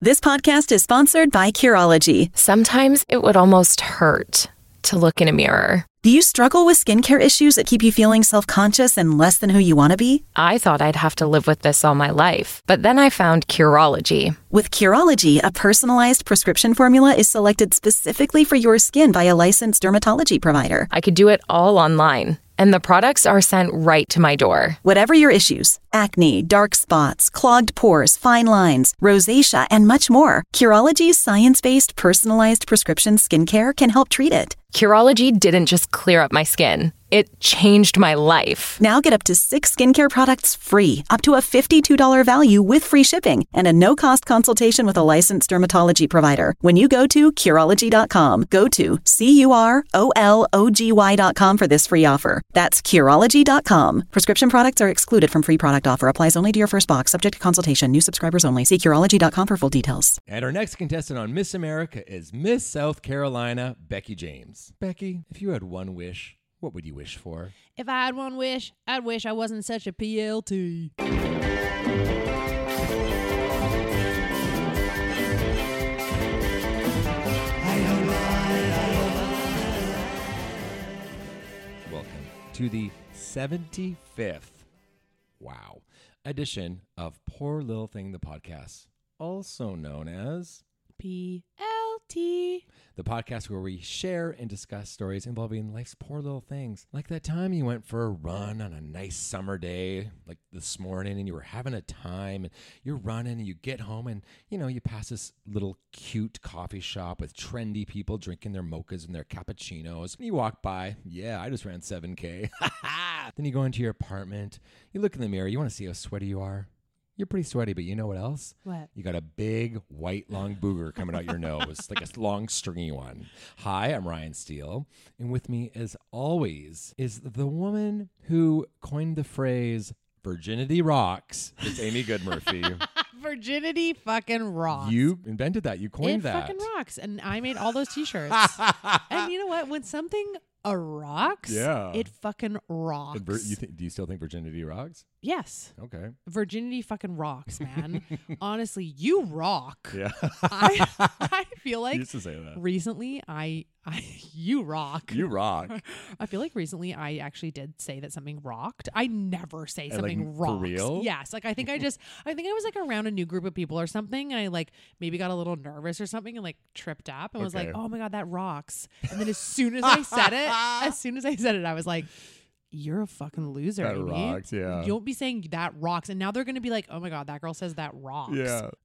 This podcast is sponsored by Curology. Sometimes it would almost hurt to look in a mirror. Do you struggle with skincare issues that keep you feeling self conscious and less than who you want to be? I thought I'd have to live with this all my life, but then I found Curology. With Curology, a personalized prescription formula is selected specifically for your skin by a licensed dermatology provider. I could do it all online, and the products are sent right to my door. Whatever your issues acne, dark spots, clogged pores, fine lines, rosacea, and much more Curology's science based personalized prescription skincare can help treat it. Curology didn't just clear up my skin, it changed my life. Now get up to six skincare products free, up to a $52 value with free shipping and a no cost consultation with a licensed dermatology provider. When you go to Curology.com, go to C U R O L O G Y.com for this free offer. That's Curology.com. Prescription products are excluded from free product offer, applies only to your first box, subject to consultation, new subscribers only. See Curology.com for full details. And our next contestant on Miss America is Miss South Carolina, Becky James. Becky, if you had one wish, what would you wish for? If I had one wish, I'd wish I wasn't such a PLT. Welcome to the 75th, wow, edition of Poor Little Thing, the podcast, also known as PLT. the podcast where we share and discuss stories involving life's poor little things. Like that time you went for a run on a nice summer day, like this morning, and you were having a time, and you're running, and you get home, and you know, you pass this little cute coffee shop with trendy people drinking their mochas and their cappuccinos. And you walk by, yeah, I just ran 7K. then you go into your apartment, you look in the mirror, you want to see how sweaty you are. You're pretty sweaty, but you know what else? What? You got a big white long booger coming out your nose, like a long stringy one. Hi, I'm Ryan Steele, and with me, as always, is the woman who coined the phrase "virginity rocks." It's Amy Goodmurphy. Virginity fucking rocks. you invented that. You it coined that. fucking rocks. And I made all those t-shirts. and you know what? When something uh, rocks, Yeah. it fucking rocks. And vir- you thi- do you still think virginity rocks? yes. Okay. Virginity fucking rocks, man. Honestly, you rock. Yeah. I, I feel you like used to say that. recently I, I you rock. you rock. I feel like recently I actually did say that something rocked. I never say Uh, like, something for rocks. real? Yes. Like I think I just I think I was like around a new group of people or something and I like maybe got a little nervous or something and like tripped up and was like, Okay. "Oh my god, that rocks." And then as soon as I said it, as soon as I said it, I was like, "You're a fucking loser, That Amy. rocks, yeah. You don't be saying that rocks." And now they're going to be like, "Oh my god, that girl says that rocks."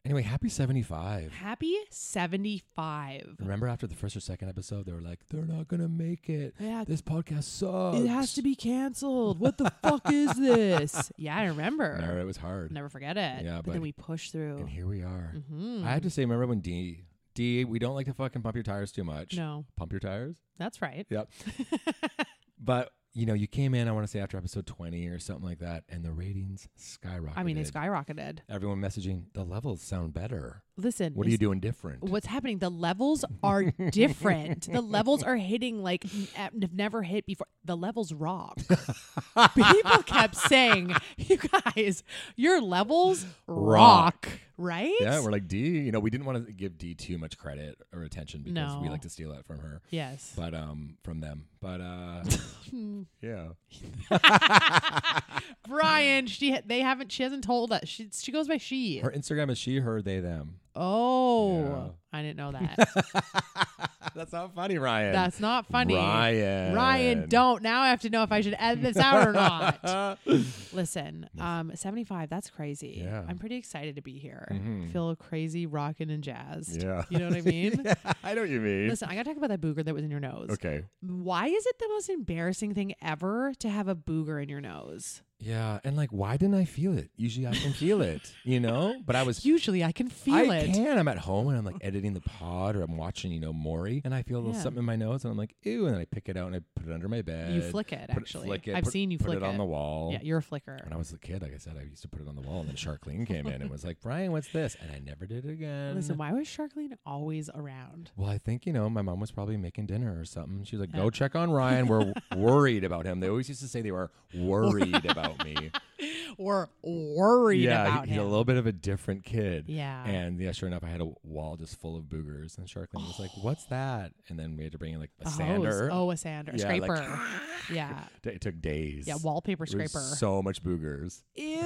Anyway, happy 75. Happy 75. Remember after the first or second episode, they were like, they're not going to make it. Yeah. This podcast sucks. It has to be canceled. What the fuck is this? Yeah, I remember. No, it was hard. Never forget it. Yeah, but then buddy. we push through. And here we are. Mhm. I have to say, remember when D D, we don't like to fucking pump your tires too much. No, Pump your tires? that's right. Yep. but, you know, you came in, I want to say after episode 20 or something like that, and the ratings skyrocketed. I mean, they skyrocketed. Everyone messaging, the levels sound better. Listen, What are you it's- doing different? What's happening? The levels are different. the levels are hitting like n- uh, have never hit before. The levels rock. People kept saying, "You guys, your levels rock." Rock. Right? Yeah, we're like, D, you know, we didn't want to give D too much credit or attention because we No. like to steal that from her. yes. But, um, from them. But, uh, yeah. Brian, she ha- they haven't. She hasn't told us. She she goes by she. Her Instagram is she, her, they, them. oh, Yeah. I didn't know that. That's not funny, Ryan. That's not funny. Ryan. Ryan, don't. Now I have to know if I should edit this out or not. Listen, um, 75, that's crazy. Yeah. Mm-hmm. I'm pretty excited to be here. Feel crazy, rocking, and jazzed. Yeah. You know what I mean? I know what you mean. Listen, I got to talk about that booger that was in your nose. okay. Why is it the most embarrassing thing ever to have a booger in your nose? Yeah, and like, why didn't I feel it? Usually, I can feel it, you know. But I was Usually I can feel I it. can. I'm at home and I'm like editing the pod, or I'm watching, you know, Maury, and I feel a little Yeah. something in my nose, and I'm like, ew, and then I pick it out and I put it under my bed. You flick it, put actually. flick it, I've put- seen you put flick it on the wall. Yeah, you're a flicker. When I was a kid, like I said, I used to put it on the wall, and then Sharkleen came in and was like, Brian, what's this? And I never did it again. Listen, why was Sharkleen always around? Well, I think you know my mom was probably making dinner or something. She was like, "Go check on Ryan. We're worried about him." They always used to say they were worried about me. Or worried yeah, he- about he's him. a little bit of a different kid. Yeah. and yeah, sure enough, I had a wall just full of boogers, and Sharkling was like, "What's that?" And then we had to bring in like a hose. sander. Oh, a sander. Yeah, like- scraper. yeah. D- It took days. Yeah, wallpaper There was scraper. So much boogers. Ew.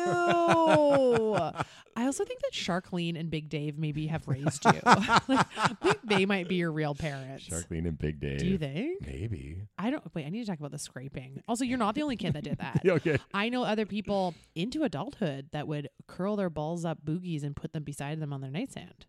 I also think that Sharkleen and Big Dave maybe have raised you. like, I think they might be your real parents. Sharkling and Big Dave. Do you think? Maybe. I don't. Wait, I need to talk about the scraping. Also, you're not the only kid that did that. Yeah, okay. I know other people into adulthood that would curl their balls up boogies and put them beside them on their nightstand.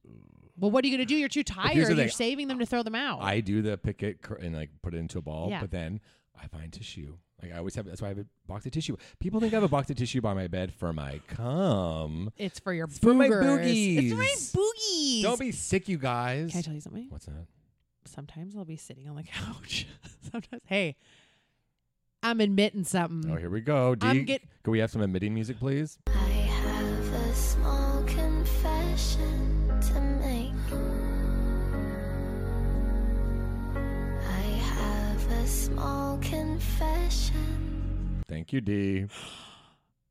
Well, what are you going to do? You're too tired. here's the You're thing. saving them to throw them out. I do the pick it cr- and like put it into a ball, Yeah. but then I find tissue. Like I always have. That's why I have a box of tissue. People think I have a box of tissue by my bed for my cum. it's for your boogers. It's for my It's for my boogies. boogies. Don't be sick, you guys. Can I tell you something? What's that? sometimes I'll be sitting on the couch. sometimes, hey, I'm admitting something. Oh, here we go. D, Um, I'm get- can we have some admitting music, please? Thank you, D.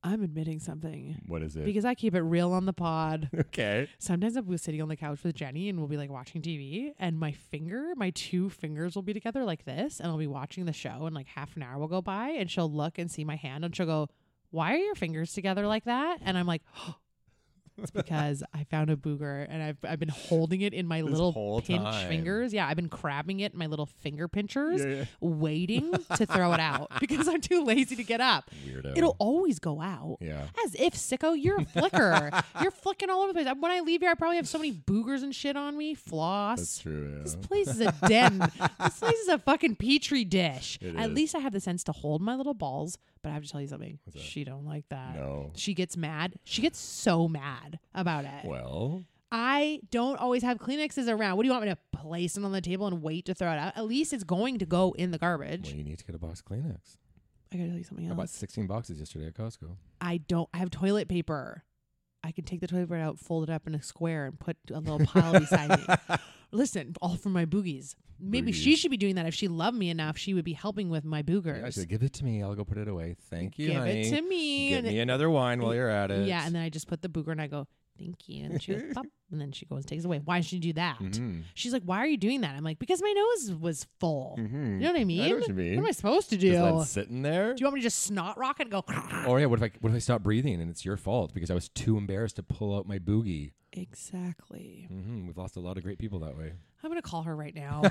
I'm admitting something What is it? because I keep it real on the pod. okay. Sometimes I'll be sitting on the couch with Jenny and we'll be like watching TV, and my finger, my two fingers will be together like this, and I'll be watching the show, and like half an hour will go by, and she'll look and see my hand, and she'll go, Why are your fingers together like that? And I'm like, It's because I found a booger and I've, I've been holding it in my This little whole pinch time. fingers. Yeah, I've been crabbing it in my little finger pinchers, Yeah, yeah. waiting to throw it out because I'm too lazy to get up. Weirdo. It'll always go out. Yeah. As if, sicko, you're a flicker. you're flicking all over the place. When I leave here, I probably have so many boogers and shit on me. Floss. That's true. This Yeah. place is a den. this place is a fucking petri dish. It At is. least I have the sense to hold my little balls. But I have to tell you something. What's that? She don't like that. No. She gets mad. She gets so mad about it. Well, I don't always have Kleenexes around. What do you want me to place it on the table and wait to throw it out? At least it's going to go in the garbage. well, you need to get a box of Kleenex. I gotta tell you something I bought else. 16 boxes yesterday at Costco. I don't. I have toilet paper. I can take the toilet paper out, fold it up in a square, and put a little pile beside me. Listen, all for my boogies. Maybe she Boogies. should be doing that. If she loved me enough, she would be helping with my boogers. Yeah, I said, give it to me. I'll go put it away. Thank you, Give it honey. to me. Give and me another wine while you're at it. Yeah, and then I just put the booger and I go, thank you. And she goes, pop. And then she goes and takes it away. Why should you do that? Mm-hmm. She's like, why are you doing that? I'm like, because my nose was full. You know what I mean? Mm-hmm. what you mean. am I supposed to do? just let it Do sit in there. you want me to just snot rock and go? Or yeah, what if I what if I stop breathing and it's your fault because I was too embarrassed to pull out my boogie? Exactly. hmm We've lost a lot of great people that way. I'm gonna call her right now.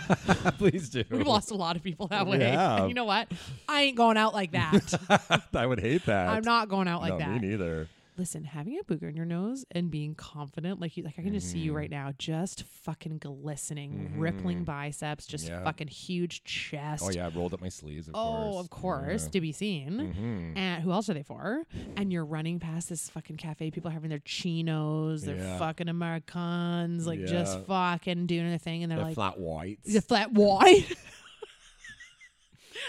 Please do. We've lost a lot of people that way. Yeah. And you know what? I ain't going out like that. I would hate that. I'm not going out like no, that. Me neither. listen, having a booger in your nose and being confident, like you, like I can just see you Mm-hmm. right now, just fucking glistening, rippling biceps, just Yeah. fucking huge chest. Oh yeah, I rolled up my sleeves. Of Oh, course. of course, Yeah. to be seen. Mhm. And who else are they for? And you're running past this fucking cafe. People having their chinos, their Yeah. fucking Americans, like just Yeah. fucking doing their thing. And they're, The like, flat whites. the flat white.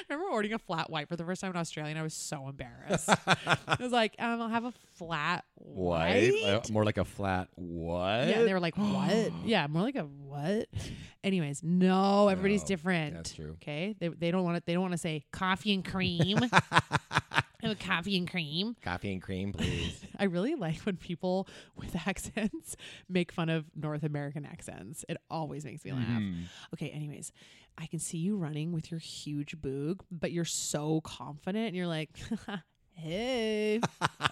I remember ordering a flat white for the first time in Australia, and I was so embarrassed. I was like, um, I'll have a flat white. Uh, more like a flat what? Yeah, and they were like, "What?" yeah, more like a what? Anyways, no, everybody's No, different. that's true. Okay, they, they don't want to. They don't want to say coffee and cream. Oh, coffee and cream. Coffee and cream, please. I really like when people with accents make fun of North American accents. It always makes me laugh. Mm-hmm. Okay, anyways, I can see you running with your huge boog, but you're so confident and you're like, hey,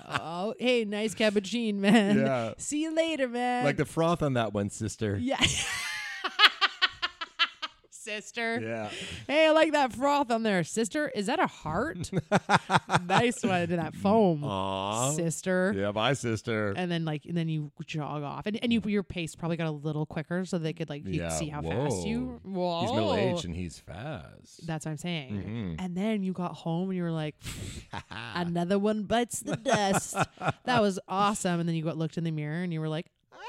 oh, hey, nice cappuccino, man. Yeah. See you later, man. like the froth on that one, sister. yeah. Sister. Yeah. Hey, I like that froth on there. Sister, is that a heart? nice one to that foam. Aw. Sister Yeah, my sister. and then like and then you jog off and, and you your pace probably got a little quicker so they could like you could yeah. see how fast you Whoa. whoa He's Mm-hmm. middle aged and he's fast. that's what i'm saying and then you got home and you were like another one bites the dust that was awesome and then you got looked in the mirror and you were like no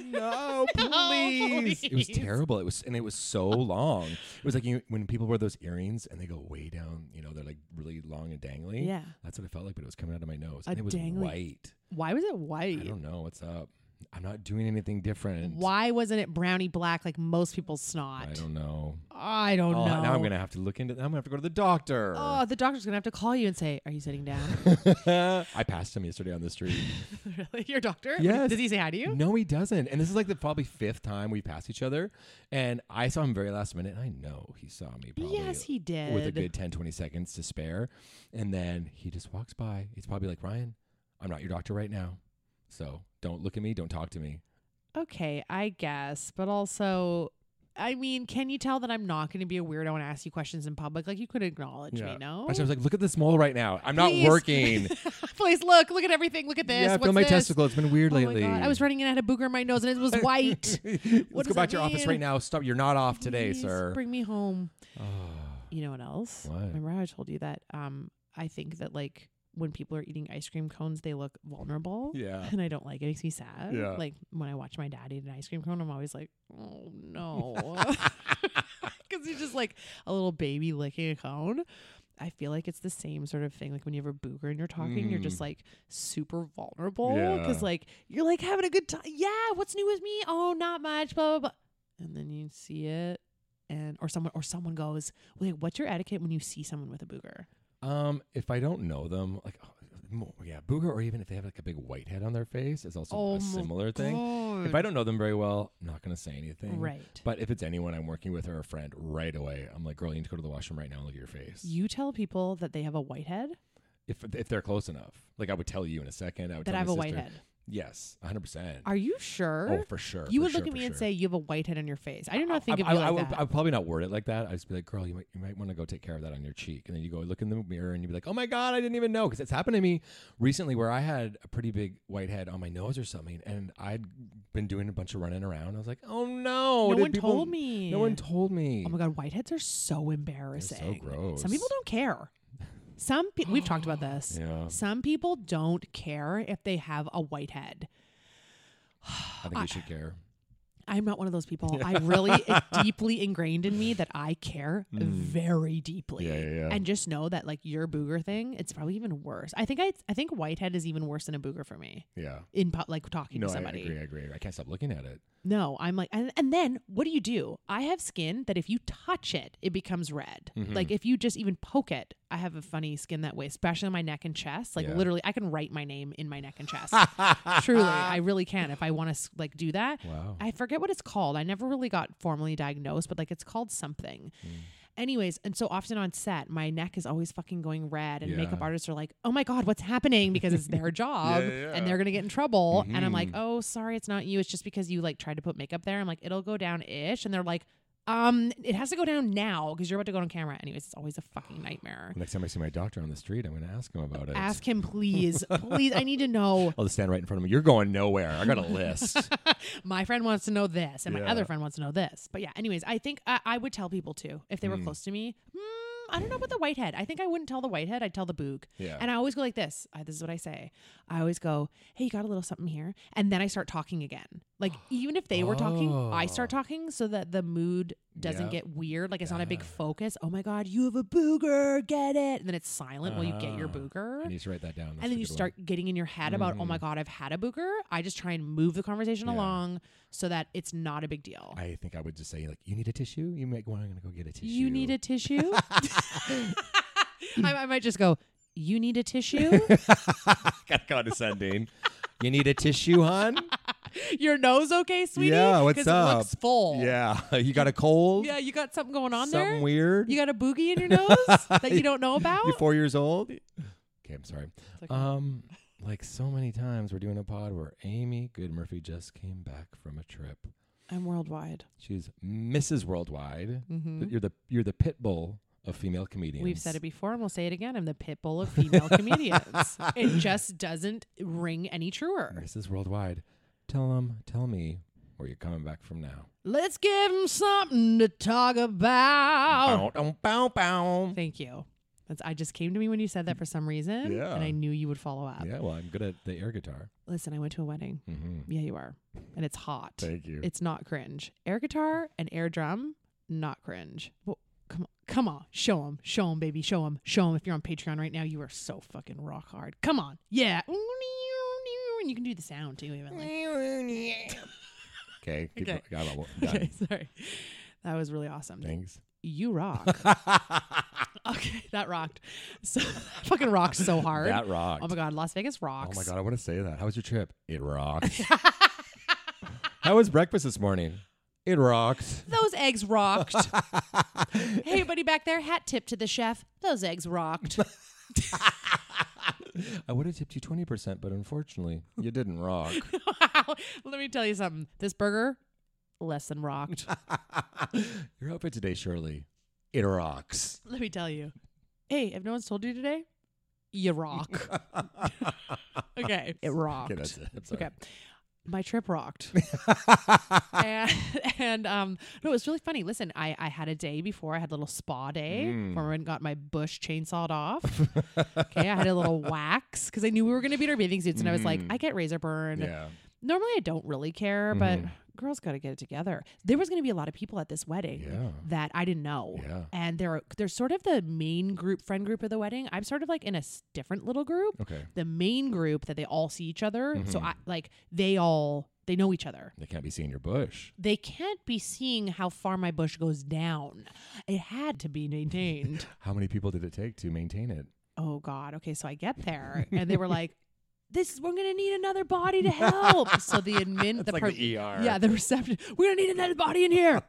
no, please. It was terrible. It was and it was so long. It was like you when people wear those earrings and they go way down, you know, they're like really long and dangly. Yeah. That's what it felt like, but it was coming out of my nose. A and it was dangly- white. why was it I white don't know what's up. I'm not doing anything different. why wasn't it brownie black like most people's snot I don't know. I don't Oh, know now I'm gonna have to look into. I'm gonna have to go to the doctor. oh the doctor's gonna have to call you and say are you sitting down I passed him yesterday on the street. really your doctor Yes. did he say hi to you No, he doesn't. And this is like the probably fifth time we passed each other. And I saw him very last minute. And I know he saw me probably. Yes, he With a did. good 10, 20 seconds to spare. And then he just walks by. He's probably like, Ryan, I'm not your doctor right now. So don't look at me. Don't talk to me. Okay, I guess, but also, I mean, can you tell that I'm not going to be a weirdo and ask you questions in public? Like you could acknowledge me, no? But I was like, look at this mole right now. I'm Please. not working. Please look, look at everything, look at this. yeah, I What's feel my this? testicle. It's been weird Oh my lately. God. I was running and I had a booger in my nose and it was white. Let's does go back that to your office mean? right now. Stop. You're not off today, Please sir. Bring me home. You know what else? What? Remember how I told you that um I think that like when people are eating ice cream cones, they look vulnerable. Yeah. And I don't like it. It makes me sad. Yeah. Like when I watch my dad eat an ice cream cone, I'm always like, oh no. Oh. Because he's just like a little baby licking a cone. I feel like it's the same sort of thing. Like when you have a booger and you're talking, you're just like super vulnerable. Because Mm. Yeah. like you're like having a good time. Yeah, what's new with me? Oh, not much. Blah blah blah and then you see it and or someone or someone goes wait what's your etiquette when you see someone with a booger Um, if I don't know them, like, oh, mo- yeah, booger, or even if they have like a big white head on their face, is also Oh my a similar thing. If I don't know them very well, I'm not gonna say anything. Right. But if it's anyone I'm working with or a friend, right away, I'm like, girl, you need to go to the washroom right now and look at your face. you tell people that they have a white head if if they're close enough, like I would tell you in a second. I would that tell i have my a white sister- head Yes, 100. percent are you sure Oh, for sure, you for would sure, look at for me and sure. say you have a white head on your face i do not think of I, you I, like I would, that I would probably not word it like that. I'd just be like, girl, you might, you might want to go take care of that on your cheek. And then you go look in the mirror and you'd be like, oh my God, I didn't even know. Because it's happened to me recently where I had a pretty big white head on my nose or something. And I'd been doing a bunch of running around. I was like, oh no. No did one told me. No one told me. oh my god whiteheads are so embarrassing gross. some people don't care some pe- we've talked about this Yeah. some people don't care if they have a white head I think you should care. I'm not one of those people. I really it's deeply ingrained in me that I care very deeply. Mm. Yeah, yeah, yeah. And just know that like your booger thing, it's probably even worse. I think I I think whitehead is even worse than a booger for me. Yeah. In pu- like talking No, to I somebody. agree. I agree. I can't stop looking at it. No, I'm like and, and then what do you do? I have skin that if you touch it, it becomes red. Like if you just even poke it, I have a funny skin that way, especially on my neck and chest. Like Yeah. literally I can write my name in my neck and chest. Truly, I really can if I want to like do that. Wow. I forget what it's called. I never really got formally diagnosed, but like it's called something. Hmm. Anyways, and so often on set, my neck is always fucking going red, and makeup Yeah. artists are like, "Oh my god, what's happening?" Because it's their job, and they're gonna get in trouble. Mm-hmm. And I'm like, "Oh, sorry, it's not you. It's just because you like tried to put makeup there." I'm like, "It'll go down ish," and they're like, Um, it has to go down now because you're about to go on camera. Anyways, it's always a fucking nightmare. Next time I see my doctor on the street, I'm going to ask him about it. Ask him, please, please. I need to know. I'll just stand right in front of him. You're going nowhere. I got a list. my friend wants to know this, and my Yeah. other friend wants to know this. But yeah, anyways, I think I, I would tell people too if they Hmm. were close to me. Mm, I don't know about the whitehead. I think I wouldn't tell the whitehead. I'd tell the boog. Yeah. And I always go like this. I, this is what I say. I always go, "Hey, you got a little something here," and then I start talking again. Like even if they were talking, I start talking so that the mood doesn't Oh. Yeah. get weird. Like it's not a big focus. Oh my god, you have a booger. Get it? And then it's silent while you get your Ah, booger I need to write that down. That's and a then you good one. start getting in your head about, oh my God, I've had a booger. I just try and move the conversation Mm. Yeah. along so that it's not a big deal. I think I would just say like, you need a tissue. You might want to go get a tissue. You need a tissue? I, I might just go, you need a tissue? Got condescending. you need a tissue, hon. your nose okay, sweetie? yeah, what's 'Cause up? it looks full. Yeah, you got a cold. Yeah, you got something going on something there? weird. You got a boogie in your nose that you don't know about? You're four years old. Okay, I'm sorry. okay. Um, like so many times, we're doing a pod where Amy Good Murphy just came back from a trip. I'm worldwide. She's Mrs. Worldwide. Mhm. You're the you're the pit bull of female comedians. We've said it before and we'll say it again. I'm the pit bull of female comedians. It just doesn't ring any truer. Mrs. Worldwide, tell them, tell me where you're coming back from now. Let's give him something to talk about. Bow, bow, bow. Oh. Thank you. That's, I just came to me when you said that for some reason, Yeah. and I knew you would follow up. Yeah, well, I'm good at the air guitar. Listen, I went to a wedding. Mm-hmm. Yeah, you are, and it's hot. Thank you. It's not cringe. Air guitar and air drum, not cringe. Well, come on, come on, show him, show him, baby, show him, show him. If you're on Patreon right now, you are so fucking rock hard. Come on, yeah. And you can do the sound too, even like. okay, keep Okay. going. Got it all done. Okay, sorry. That was really awesome. Thanks. You rock. Oh okay, that rocked. So fucking rocks so hard. That rocked. Oh my god, Las Vegas rocks. Oh my god, I want to say that. How was your trip? It rocked. How was breakfast this morning? It rocked. Those eggs rocked. hey everybody back there, hat tip to the chef. Those eggs rocked. I would have tipped you twenty percent, but unfortunately, you didn't rock. Let me tell you something. This burger less than rocked. Your outfit today, Shirley, it rocks. Let me tell you. Hey, if no one's told you today, you rock. okay, it rocked. that's it. I'm sorry. Okay. My trip rocked. and and um, no, it was really funny. Listen, I, I had a day before. I had a little spa day Mm. where I went and got my bush chainsawed off. okay. I had a little wax because I knew we were going to be in our bathing suits. And I was like, I get razor burn. Mm. Yeah. Normally, I don't really care, Mm-hmm. but girls got to get it together. There was going to be a lot of people at this wedding Yeah. that I didn't know. Yeah. And they're, they're sort of the main group, friend group of the wedding. I'm sort of like in a s- different little group Okay. the main group that they all see each other. Mm-hmm. So I like they all they know each other. They can't be seeing your bush. They can't be seeing how far my bush goes down. It had to be maintained. How many people did it take to maintain it? oh God. Okay, so I get there and they were like, This we're gonna need another body to help. So the admin the, like per- the ER. Yeah, the reception we're gonna need another body in here.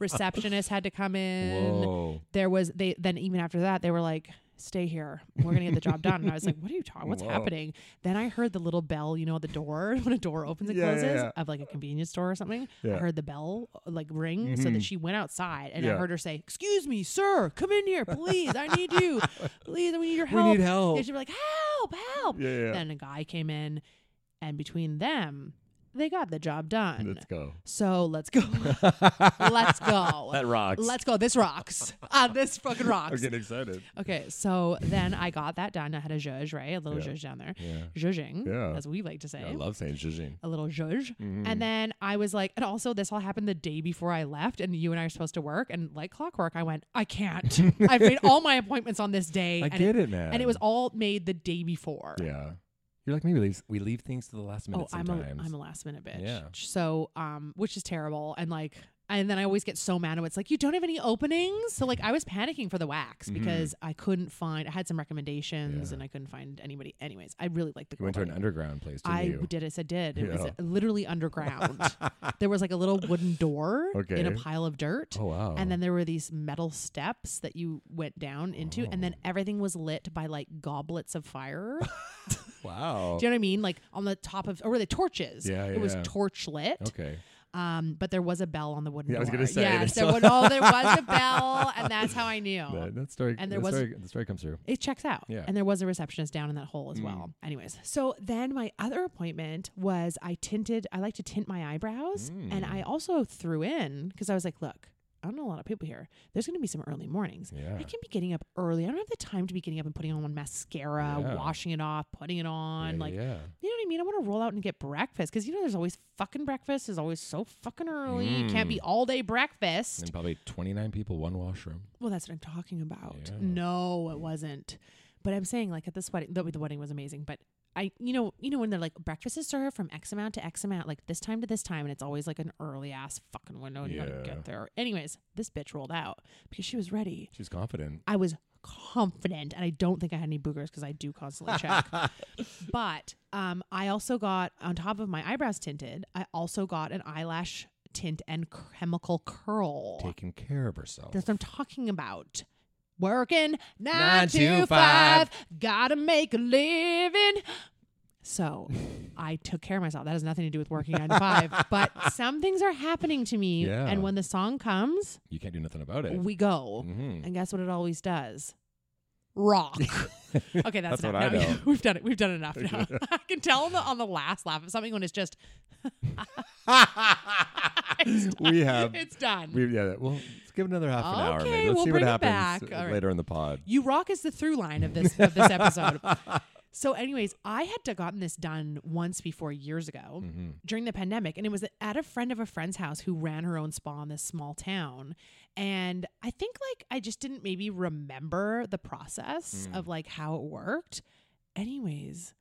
Receptionist had to come in Whoa. there was they then even after that they were like stay here we're gonna get the job done and i was like what are you talking what's Whoa. happening then i heard the little bell you know at the door when a door opens and Yeah, yeah, closes yeah. of like a convenience store or something i Yeah. Mm-hmm. heard the bell uh, like ring so that she went outside and i Yeah. heard her say excuse me sir come in here please i need you please we need your We help need help. and she'd be like help help Yeah, yeah. then a guy came in and between them they got the job done Let's go. so let's go. let's go. That rocks. Let's go. This rocks. Ah, this fucking I'm rocks. getting excited. Okay, so then I got that done. I had a judge, right? A little Yeah. judge down there. Yeah. Judging, Yeah. as we like to say. I love Mm-hmm. saying zhuzhing. a little judge. And then I was like, and also this all happened the day before I left, and you and I are supposed to work. And like clockwork, I went, I can't. I've made all my appointments on this day. I and get it, man. And it was all made the day before. Yeah. You're like me. We leave, we leave things to the last minute Oh, I'm a, sometimes. I'm a last minute bitch. Yeah. So, um, which is terrible. And like, and then I always get so mad. when It's like, you don't have any openings. So like, I was panicking for the wax because I couldn't find, I had some recommendations Mm-hmm. Yeah. and I couldn't find anybody. Anyways, I really like the you went to girl an that- underground place, didn't I you? did. Yes, I did. It was Yeah. literally underground. there was like a little wooden door in a Okay. pile of dirt. Oh, wow. And then there were these metal steps that you went down into, and then Oh. everything was lit by like goblets of fire. Wow. Do you know what I mean? Like on the top of, or were they torches? Oh. Yeah, It was yeah. torch lit. Okay. Um, but there was a bell on the wooden Yeah, I was door. gonna say, yes, there's there a- was, oh, there was a bell, and that's how I knew. That, that story. And And there there was- story, the story comes through. It checks out. Yeah. Mm. And there was a receptionist down in that hole as well. Anyways, so then my other appointment was I tinted, I like to tint my eyebrows. And Mm. I also threw in, because I was like, look, I don't know a lot of people here. There's going to be some early mornings. Yeah. I can be getting up early. I don't have the time to be getting up and putting on mascara, Yeah. washing it off, putting it on. yeah, like, yeah. you know what I mean? I want to roll out and get breakfast because, you know, there's always fucking breakfast is always so fucking early. Can't Mm. be all day breakfast. And probably 29 people, one washroom. Well, that's what I'm talking about. Yeah. No, it wasn't. But I'm saying, like at this wedding, the, the wedding was amazing. But I, you know, you know when they're like breakfast is served from X amount to X amount, like this time to this time, and it's always like an early ass fucking window, and you gotta Yeah. get there. Anyways, this bitch rolled out because she was ready. She's confident. I was confident, and I don't think I had any boogers because I do constantly check. but um, I also got on top of my eyebrows tinted. I also got an eyelash tint and chemical curl. Taking care of herself. That's what I'm talking about. Working nine, Nine to to 5 five. gotta make a living. So I took care of myself. That has nothing to do with working nine to five, but some things are happening to me. Yeah. And when the song comes, you can't do nothing about it. we go. Mhm. And guess what it always does? Rock. okay, that's, That's what enough. I Now- know. We've done it. We've done enough now. I can tell on the, on the last laugh of something when it's just, it's done. we have. It's done. We, yeah, well, let's give it another half an hour. Okay, Maybe. Let's we'll see bring it what happens back. All right. later in the pod. You rock is the through line of this of this episode. So, anyways, I had to gotten this done once before years ago during the pandemic, and it was at a friend of a friend's house who ran her own spa in this small town. And I think like I just didn't maybe remember the process of like how it worked. Anyways,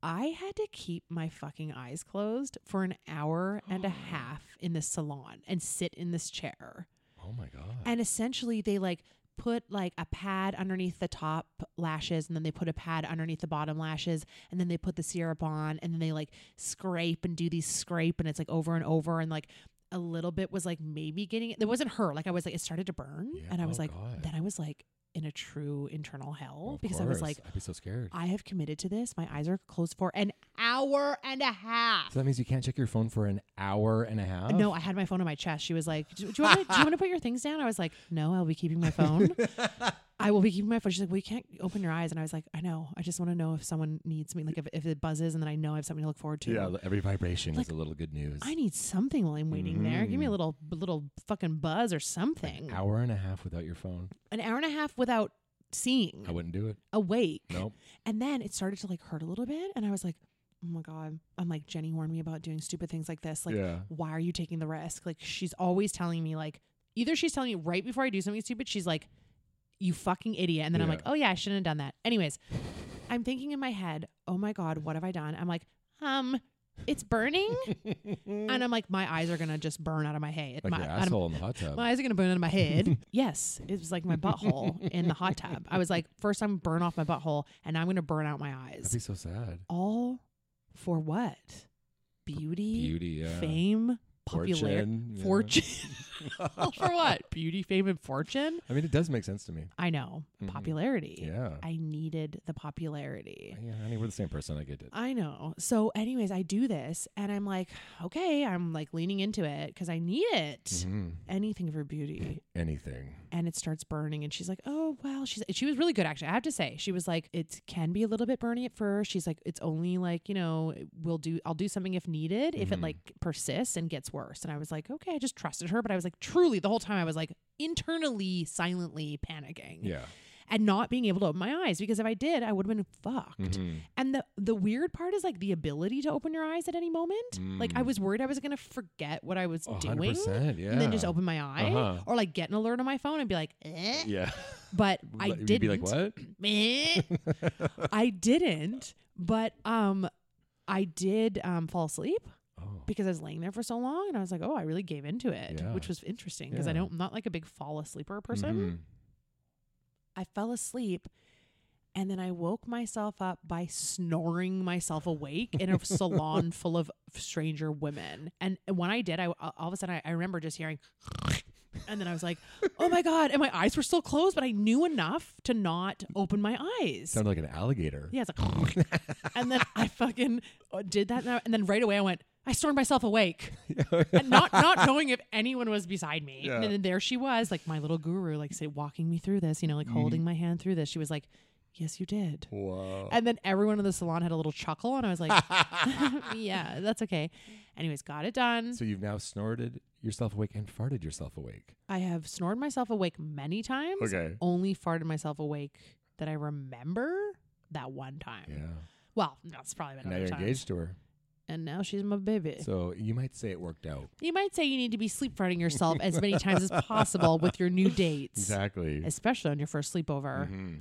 I had to keep my fucking eyes closed for an hour and a half in this salon and sit in this chair. Oh my god. And essentially, they like put like a pad underneath the top lashes, and then they put a pad underneath the bottom lashes, and then they put the syrup on, and then they like scrape and do these scrape, and it's like over and over, and like a little bit was like maybe getting it. There wasn't her. Like I was like it started to burn, Yeah. and I was Oh, like God. then I was like in a true internal hell Of oh, because I was course. like I'd be so scared. I have committed to this. My eyes are closed for an hour and a half. so that means you can't check your phone for an hour and a half. No, I had my phone on my chest. She was like, "Do, do you want to? Do you want to put your things down?" I was like, "No, I'll be keeping my phone. I will be keeping my phone." She's like, "Well, you can't open your eyes." And I was like, "I know. I just want to know if someone needs me. Like, if, if it buzzes, and then I know I have something to look forward to. Yeah, every vibration Like, is Mm. a little good news. I need something while I'm waiting there. Give me a little little fucking buzz or something. an hour and a half without your phone. An hour and a half without seeing, I wouldn't do it. awake. Nope. And then it started to like hurt a little bit, and I was like, "Oh my god!" I'm like, Jenny warned me about doing stupid things like this. Like, Yeah. why are you taking the risk? Like, she's always telling me like, either she's telling me right before I do something stupid, she's like, "You fucking idiot," and then I'm Yeah. like, "Oh yeah, I shouldn't have done that." Anyways, I'm thinking in my head, "Oh my god, what have I done?" I'm like, um. It's burning, and I'm like, my eyes are gonna just burn out of my head. Like my, your out of- asshole in the hot tub. my eyes are gonna burn out of my head. yes, it was like my butthole in the hot tub. I was like, first I'm burn off my butthole, and I'm gonna burn out my eyes. That'd be so sad. All for what? Beauty, beauty, yeah. fame, popularity, Fortune, yeah. fortune. All for what? Beauty, fame, and fortune. I mean, it does make sense to me. I know popularity. Mm-hmm. Yeah. I needed the popularity. Yeah, honey, we're the same person. I get it. I know. So, anyways, I do this and I'm like, okay, I'm like leaning into it because I need it. Mm-hmm. Anything for beauty. Anything. and it starts burning and she's like oh well she's she was really good actually i have to say she was like it can be a little bit burning at first she's like it's only like you know we'll do i'll do something if needed if it like persists and gets worse and i was like okay i just trusted her but i was like truly the whole time i was like internally silently panicking Yeah. and not being able to open my eyes because if i did i would have been fucked Mm-hmm. and the the weird part is like the ability to open your eyes at any moment like i was worried i was gonna forget what i was Oh, doing 100%, and then just yeah. open my eye Uh-huh. or like get an alert on my phone and be like eh Yeah. but I You'd didn't. be like, what? Meh. I didn't, but um, I did um fall asleep Oh. because I was laying there for so long, and I was like, oh, I really gave into it, Yeah. which was interesting because I Yeah. don't I'm not like a big fall asleeper person. Mhm. I fell asleep. And then I woke myself up by snoring myself awake in a salon full of stranger women. And when I did, I all of a sudden I, I remember just hearing, and then I was like, "Oh my god!" And my eyes were still closed, but I knew enough to not open my eyes. Sounded like an alligator. uh, yeah, it's like, and then I fucking did that, and, I- and then right away I went, I snored myself awake, and not not knowing if anyone was beside me. Yeah. And then there she was, like my little guru, like say walking me through this, you know, like Mm-hmm. holding my hand through this. She was like, "Yes, you did." Whoa. And then everyone in the salon had a little chuckle, and I was like, "Yeah, that's okay." Anyways, got it done. So you've now snorted yourself awake and farted yourself awake. I have snored myself awake many times. Okay. Only farted myself awake that I remember that one time. Yeah. Well, that's probably been now other you're times. engaged to her. and now she's my baby. So you might say it worked out. you might say you need to be sleep farting yourself as many times as possible with your new dates. Exactly. Especially on your first sleepover. Mm-hmm.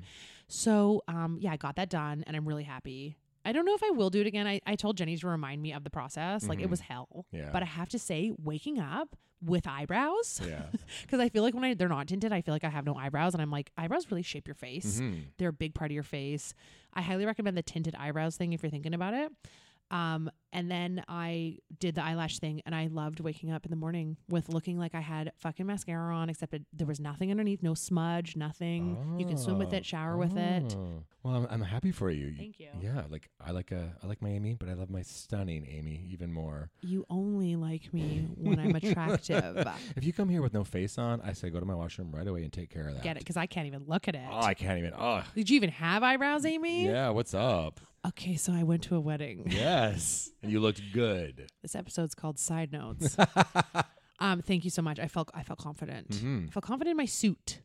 So, um, yeah, I got that done and I'm really happy. I don't know if I will do it again. I, I told Jenny to remind me of the process. Like, it was hell. Mm-hmm. Yeah. But I have to say, waking up with eyebrows, Yeah. because I feel like when I, they're not tinted, I feel like I have no eyebrows. And I'm like, eyebrows really shape your face, Mhm. they're a big part of your face. I highly recommend the tinted eyebrows thing if you're thinking about it. Um, and then I did the eyelash thing, and I loved waking up in the morning with looking like I had fucking mascara on, except it, there was nothing underneath, no smudge, nothing. You can swim with Oh. it, shower with it. Oh. Well, I'm, I'm happy for you. Thank you. Yeah, like I like uh, I like my Amy, but I love my stunning Amy even more. You only like me when I'm attractive. if you come here with no face on, I say go to my washroom right away and take care of that. Get it? Because I can't even look at it. Oh, I can't even. Oh, did you even have eyebrows, Amy? yeah. What's up? Okay, so I went to a wedding. Yes, and you looked good. This episode's called Side Notes. um, thank you so much. I felt I felt confident. Mm-hmm. I felt confident in my suit.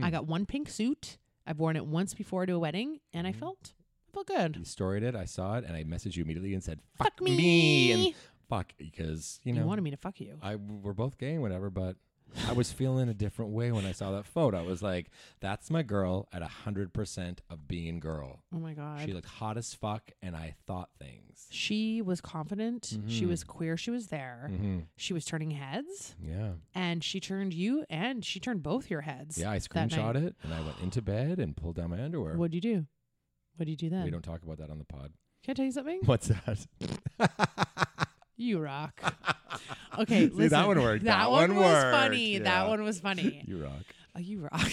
I got one pink suit. I've worn it once before to a wedding, and Mm-hmm. I felt I felt You good. storied it. I saw it, and I messaged you immediately and said, "Fuck, Fuck and me. fuck," because you You, know uh, wanted me to fuck you. I we're both gay, and whatever. But I was feeling a different way when I saw that photo. I was like, "That's my girl at hundred percent of being girl." oh my god. She She, looked hot as fuck, and I thought things. was confident. She was Mm-hmm. queer. She was there. She was turning heads, Yeah, and she turned you, and she turned both your heads. yeah. I that night. screenshot it, and I went into bed and pulled down my underwear. What'd you do? What'd you do then? we don't talk about that on the pod. Can I tell you something? What's that? You rock. Okay, See, listen. that one worked. That, That one, one was worked. funny. Yeah. That one was funny. you rock. Oh, you rock.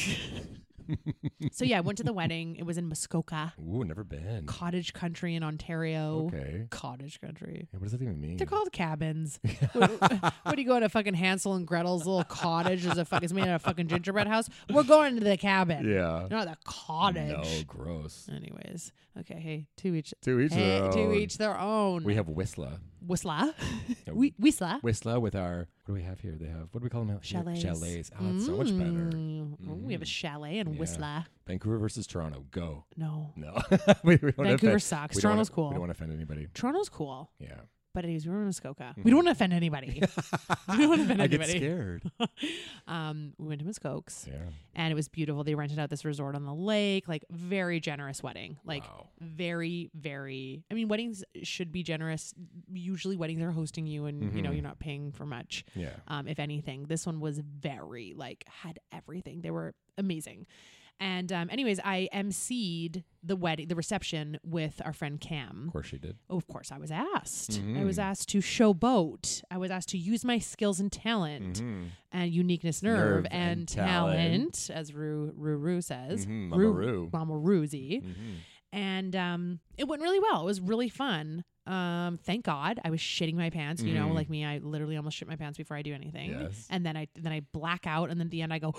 so yeah, I went to the wedding. It was in Muskoka, Ooh, never been. cottage country in Ontario. Okay. Cottage country. Yeah, what does that even mean? They're called cabins. what, what do you go to fucking Hansel and Gretel's little cottage? Is a fuck? It's made out of fucking gingerbread house. We're going to the cabin. Yeah. Not the cottage. No, gross. Anyways, okay. Hey, two each. To each Hey, their two own. each their own. We have Whistler. Whistler. No. Whi- Whistler. Whistler with our, what do we have here? They have, what do we call them? out here? Ah. Chalets. Chalets. Oh, it's so much better. Mm. Ooh, We have a chalet and Yeah. Whistler. Vancouver versus Toronto. Go. No. No. we, we don't Vancouver offend- sucks. we don't Toronto's wanna- cool. We don't want to offend anybody. Toronto's cool, Yeah. but anyways, we were in Muskoka. We Mm-hmm. don't want to offend anybody. we don't want to offend I get anybody. scared. Um, we went to Muskoke's yeah. and it was beautiful. They rented out this resort on the lake, like very generous wedding. Like Wow. very, very I mean, weddings should be generous. Usually weddings are hosting you and you know, you're not paying for much. Mm-hmm. Yeah. um, if anything. This one was very like had everything. They were amazing. And um, anyways, I emceed the wedding, the reception with our friend Cam. Of course she did. Oh, of course, I was asked. I Mm. was asked to showboat. I was asked to use my skills and talent and uniqueness, nerve, Mm-hmm. Nerve and, and talent, talent. as Rue Rue Rue says. Mhm, Mama Roo. Mama Roozy. Mm-hmm. And um, it went really well. It was really fun. Um, thank God, I was shitting my pants. You know, like me, I literally almost shit my pants before I do anything. Mm-hmm. Yes. And then I then I black out, and then at the end I go,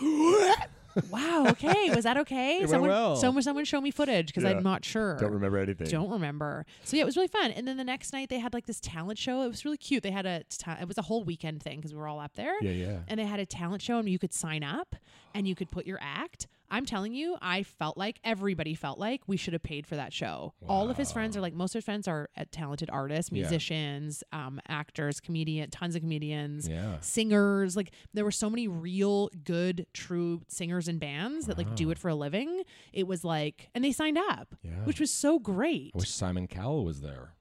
"Wow, okay, was that okay?" went someone, well. someone, someone, show me footage because Yeah. I'm not sure. Don't remember anything. Don't remember. So yeah, it was really fun. And then the next night they had like this talent show. It was really cute. They had a ta- it was a whole weekend thing because we were all up there. Yeah, yeah. And they had a talent show and you could sign up and you could put your act. I'm telling you, I felt like everybody felt like we should have paid for that show. All of his friends are like most of his friends are uh, talented artists, Yeah. musicians, um, actors, comedian, tons of comedians Yeah. singers like there were so many real good true singers and bands that like do it for a living it was like and they signed up Yeah. which was so great I wish Simon Cowell was there.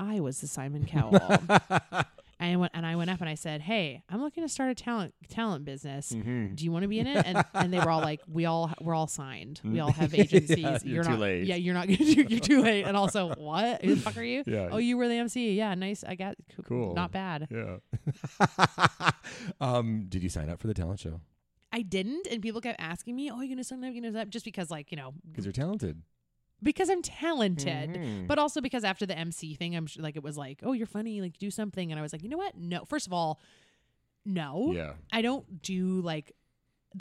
i was the simon cowell and I went and i went up and i said hey i'm looking to start a talent talent business Mm-hmm. Hmm. do you want to be in it and, and they were all like we all we're all signed we all have agencies you're too not late. yeah you're not gonna do you're too late and also what who the fuck are you Yeah. oh you were the mc yeah nice i got Cool. not bad Yeah. um, did you sign up for the talent show? I didn't, and people kept asking me, "Oh, you gonna sign up? You gonna sign up?" Just because, like, you know, Because you're talented. because I'm talented, Mm-hmm. but also because after the MC thing, I'm sh- like, it was like, oh, you're funny, like do something, and I was like, you know what? No, first of all, no, Yeah. I don't do like,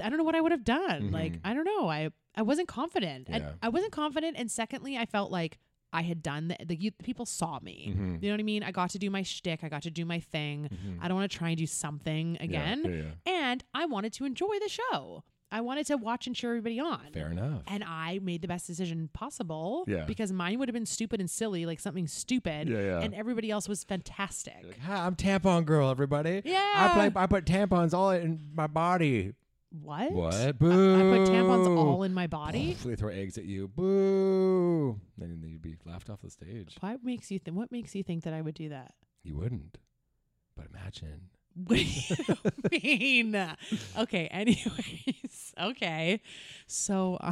I don't know what I would have done. Like, I don't know, I I wasn't confident. Mm-hmm. Yeah. I, I wasn't confident, and secondly, I felt like. I had done the, the, you- the people saw me. Mm-hmm. You know what I mean? I got to do my shtick. I got to do my thing. I don't want to try and do something again. yeah, yeah. And I wanted to enjoy the show. I wanted to watch and cheer everybody on. Fair enough. And I made the best decision possible. Yeah. Because mine would have been stupid and silly, like something stupid. Yeah, yeah. And everybody else was fantastic. Like, Hi, I'm tampon girl, everybody. I Yeah. play. I put tampons all in my body. what? What? I- I, Boo. put tampons all in my body. Hopefully, they throw eggs at you. Boo! Then you'd be laughed off the stage. Why makes you think? What makes you think that I would do that? You wouldn't. But imagine. What do you mean? Okay. Anyways. Okay. So uh,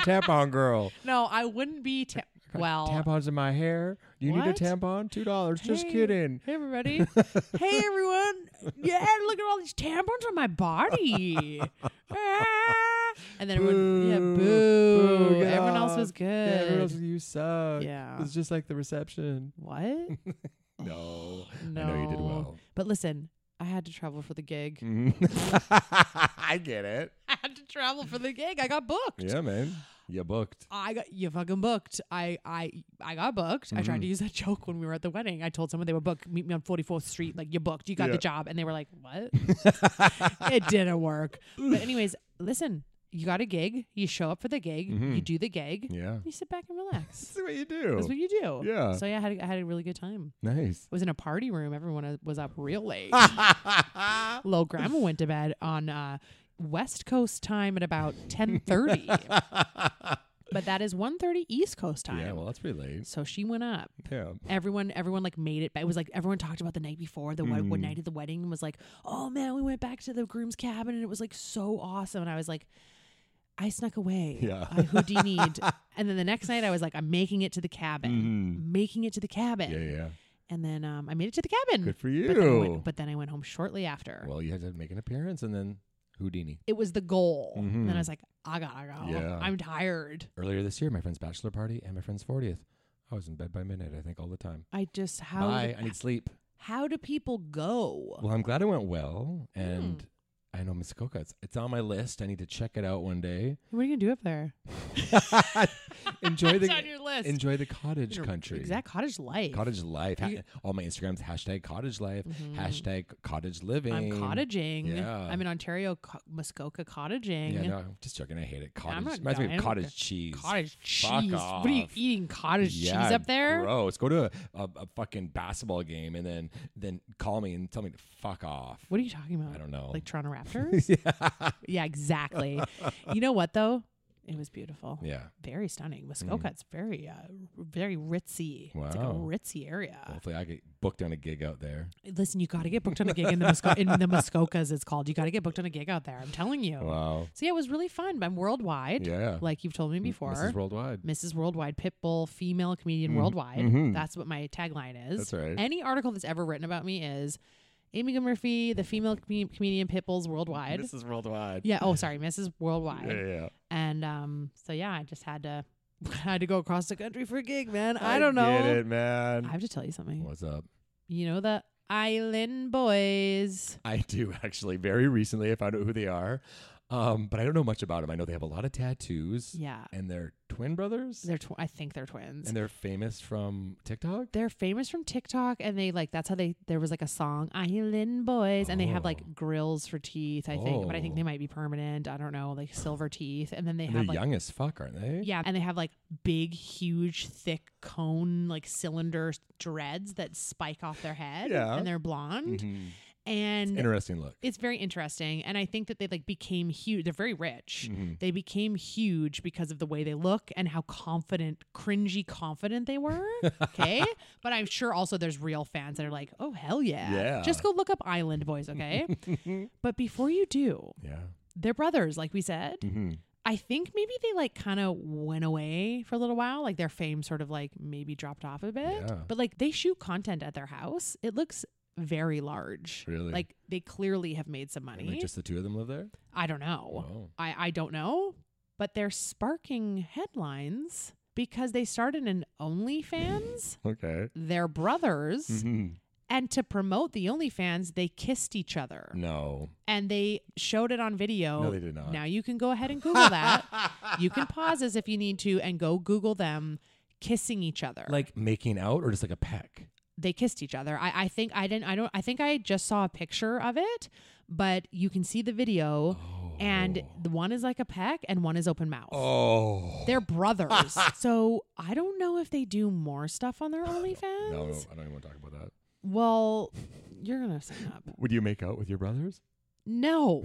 tampon girl. no, I wouldn't be. Ta- Got well, tampons in my hair. You need What? a tampon? Two dollars. Just Hey, kidding. Hey everybody. hey everyone. Yeah, look at all these tampons on my body. Ah. and then everyone yeah, boo. Boo, get everyone else off. was good. Yeah, everyone else, you suck. Yeah. It's just like the reception. what? No. No. I know you did well. Mm. But listen, I had to travel for the gig. I get it. I had to travel for the gig. I got booked. Yeah, man. You booked. I got you fucking booked. I I I got booked. I Mm-hmm. tried to use that joke when we were at the wedding. I told someone they were booked. Meet me on 44th Street. Like you booked. You got Yeah. the job, and they were like, "What?" it didn't work. But anyways, listen. You got a gig. You show up for the gig. You do the gig. Mm-hmm. Yeah. You sit back and relax. That's what you do. That's what you do. Yeah. So yeah, I had a, I had a really good time. nice. I was in a party room. Everyone uh, was up real late. Little grandma went to bed on uh, West Coast time at about ten thirty, but that is one thirty East Coast time. Yeah, well, that's pretty late. so she went up. Yeah. Everyone, everyone like made it. But it was like everyone talked about the night before, the one, one Mm. night of the wedding, and was like, "Oh man, we went back to the groom's cabin, and it was like so awesome." And I was like, "I snuck away. Yeah. I Houdini'd." and then the next night, I was like, "I'm making it to the cabin. Making it to the cabin." Mm-hmm. Yeah, yeah. And then um, I made it to the cabin. Good for But then, I you. went, but then I went home shortly after. Well, you had to make an appearance and then Houdini. it was the goal. And then I was like, I gotta go. Mm-hmm. Yeah. I'm tired. Earlier this year, my friend's bachelor party and my friend's 40th. I was in bed by midnight, I think, all the time. I just how Bye. do, I need sleep. how do people go? Well, I'm glad it went well. And Hmm. I know Muskoka, it's, it's on my list. I need to check it out one day. What are you gonna do up there? enjoy the It's on your list. enjoy the cottage Your country. Exact cottage life. Mm-hmm. Cottage life. Ha- all my Instagrams hashtag cottage life, hashtag cottage living. I'm cottaging. Yeah. I'm in Ontario, co- Muskoka cottaging. Yeah, no, I'm just joking. I hate it. Cottage not reminds me dying. of cottage cheese. Cottage Fuck cheese. Off. What are you eating? Cottage Yeah, cheese up there? Gross. Go to a, a, a fucking basketball game and then then call me and tell me to fuck off. What are you talking about? I don't know. Like Oh, Toronto Raptors? yeah. exactly. you know what though? It was beautiful. Yeah. Mm. Very stunning. Muskoka, it's very, uh, very ritzy. It's like a Wow. ritzy area. Hopefully, I get booked on a gig out there. Listen, you got to get booked on a gig in the Musko- in the Muskokas. It's called. You got to get booked on a gig out there. I'm telling you. Wow. So yeah, it was really fun. I'm worldwide. Yeah. Like you've told me before. This is worldwide. Mrs. Worldwide, Pitbull, female comedian worldwide. That's what my tagline is. Mm-hmm. That's right. Any article that's ever written about me is Amy Murphy, the female com- comedian Pitbull's worldwide. This is worldwide. yeah. Oh, sorry, Mrs. Worldwide. Yeah, yeah. And um, so yeah, I just had to had to go across the country for a gig, man. I, don't know. Get it, man. I have to tell you something. What's up? You know the Island Boys. I do actually. Very recently, I found out who they are, um, but I don't know much about them. I know they have a lot of tattoos. Yeah. and they're twin brothers, They're tw- I think they're twins. and they're famous from TikTok. they're famous from TikTok and they like that's how they there was like a song Island Boys and they have Oh. like grills for teeth I think but I think they Oh. might be permanent I don't know like silver teeth and then they And have they're like young as fuck, aren't they? yeah and they have like big huge thick cone like cylinder dreads that spike off their head Yeah. and they're blonde Mhm. and Interesting look. it's very interesting and i think that they like became huge they're very rich they became huge because of the way they look and how confident cringy confident they were okay but i'm sure also there's real fans that are like oh hell yeah Yeah. just go look up island boys okay but before you do Yeah. Mm-hmm. they're brothers like we said i think maybe they like kind of went away for a little while like their fame sort of like maybe dropped off a bit Yeah. but like they shoot content at their house it looks very large Really? like they clearly have made some And, like, money just the two of them live there. i don't know Wow. i i don't know but they're sparking headlines because they started an OnlyFans. Okay. they're brothers. Mm-hmm. And to promote the OnlyFans, they kissed each other No. and they showed it on video. No, they did not. Now you can go ahead and Google that. you can pause this if you need to and go Google them kissing each other. Like making out or just like a peck? they kissed each other. I, I think I didn't. I don't. I think I just saw a picture of it, but you can see the video, and the one is like a peck and one is open mouth. Oh. They're brothers, so I don't know if they do more stuff on their OnlyFans. No, no, I don't even want to talk about that. Well, you're gonna sign up. Would you make out with your brothers? No.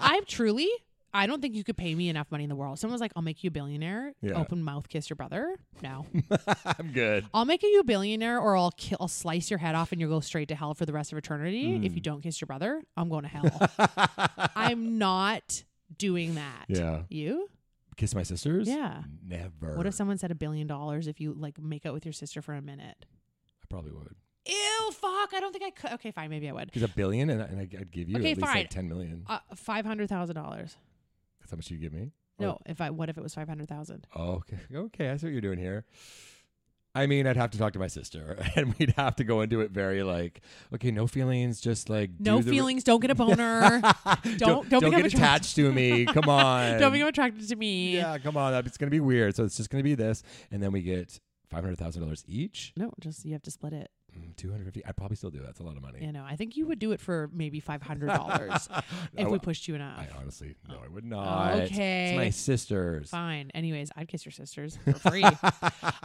I'm truly, I don't think you could pay me enough money in the world. Someone's like, I'll make you a billionaire. Yeah. Open mouth kiss your brother. No. I'm good. I'll make you a billionaire or I'll, kill, I'll slice your head off and you'll go straight to hell for the rest of eternity. If you Mm. don't kiss your brother, I'm going to hell. I'm not doing that. Yeah. You? Kiss my sisters? Yeah. Never. What if someone said a billion dollars if you like make out with your sister for a minute? I probably would. Ew, fuck. I don't think I could. Okay, fine. Maybe I would. Because a billion, and, I, and I'd give you Okay, at least fine. like ten million. Uh, $500,000. That's how much you give me. No, if I, what if it was 500,000? Oh, okay, okay, I see what you're doing here. I mean, I'd have to talk to my sister, and we'd have to go into it very like, okay, no feelings, just like No do the- feelings. Don't get a boner. don't, don't become get attracted- attached to me. Come on, don't become attracted to me. yeah, come on. It's gonna be weird. So it's just gonna be this, and then we get five hundred thousand dollars each. Mm, No, just you have to split it. Two hundred fifty. I'd probably still do it. That's a lot of money. You know, I think you would do it for maybe five hundred dollars if we pushed you enough. Oh. I honestly, no, I would not. Okay. it's my sisters. Fine. Anyways, I'd kiss your sisters for free.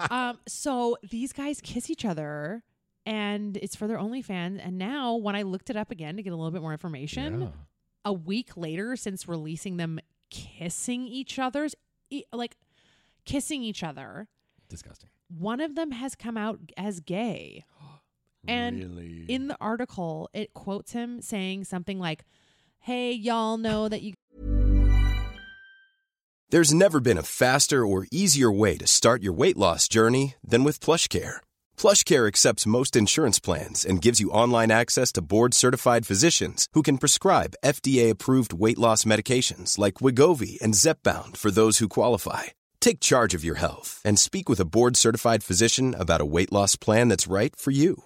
um, so these guys kiss each other, and it's for their OnlyFans. And now, when I looked it up again to get a little bit more information, Yeah. a week later since releasing them kissing each other's, e- like kissing each other, Disgusting. one of them has come out as gay. And really, in the article, it quotes him saying something like, Hey, y'all know that you There's never been a faster or easier way to start your weight loss journey than with PlushCare. PlushCare accepts most insurance plans and gives you online access to board-certified physicians who can prescribe FDA-approved weight loss medications like Wigovi and Zepbound for those who qualify. Take charge of your health and speak with a board-certified physician about a weight loss plan that's right for you.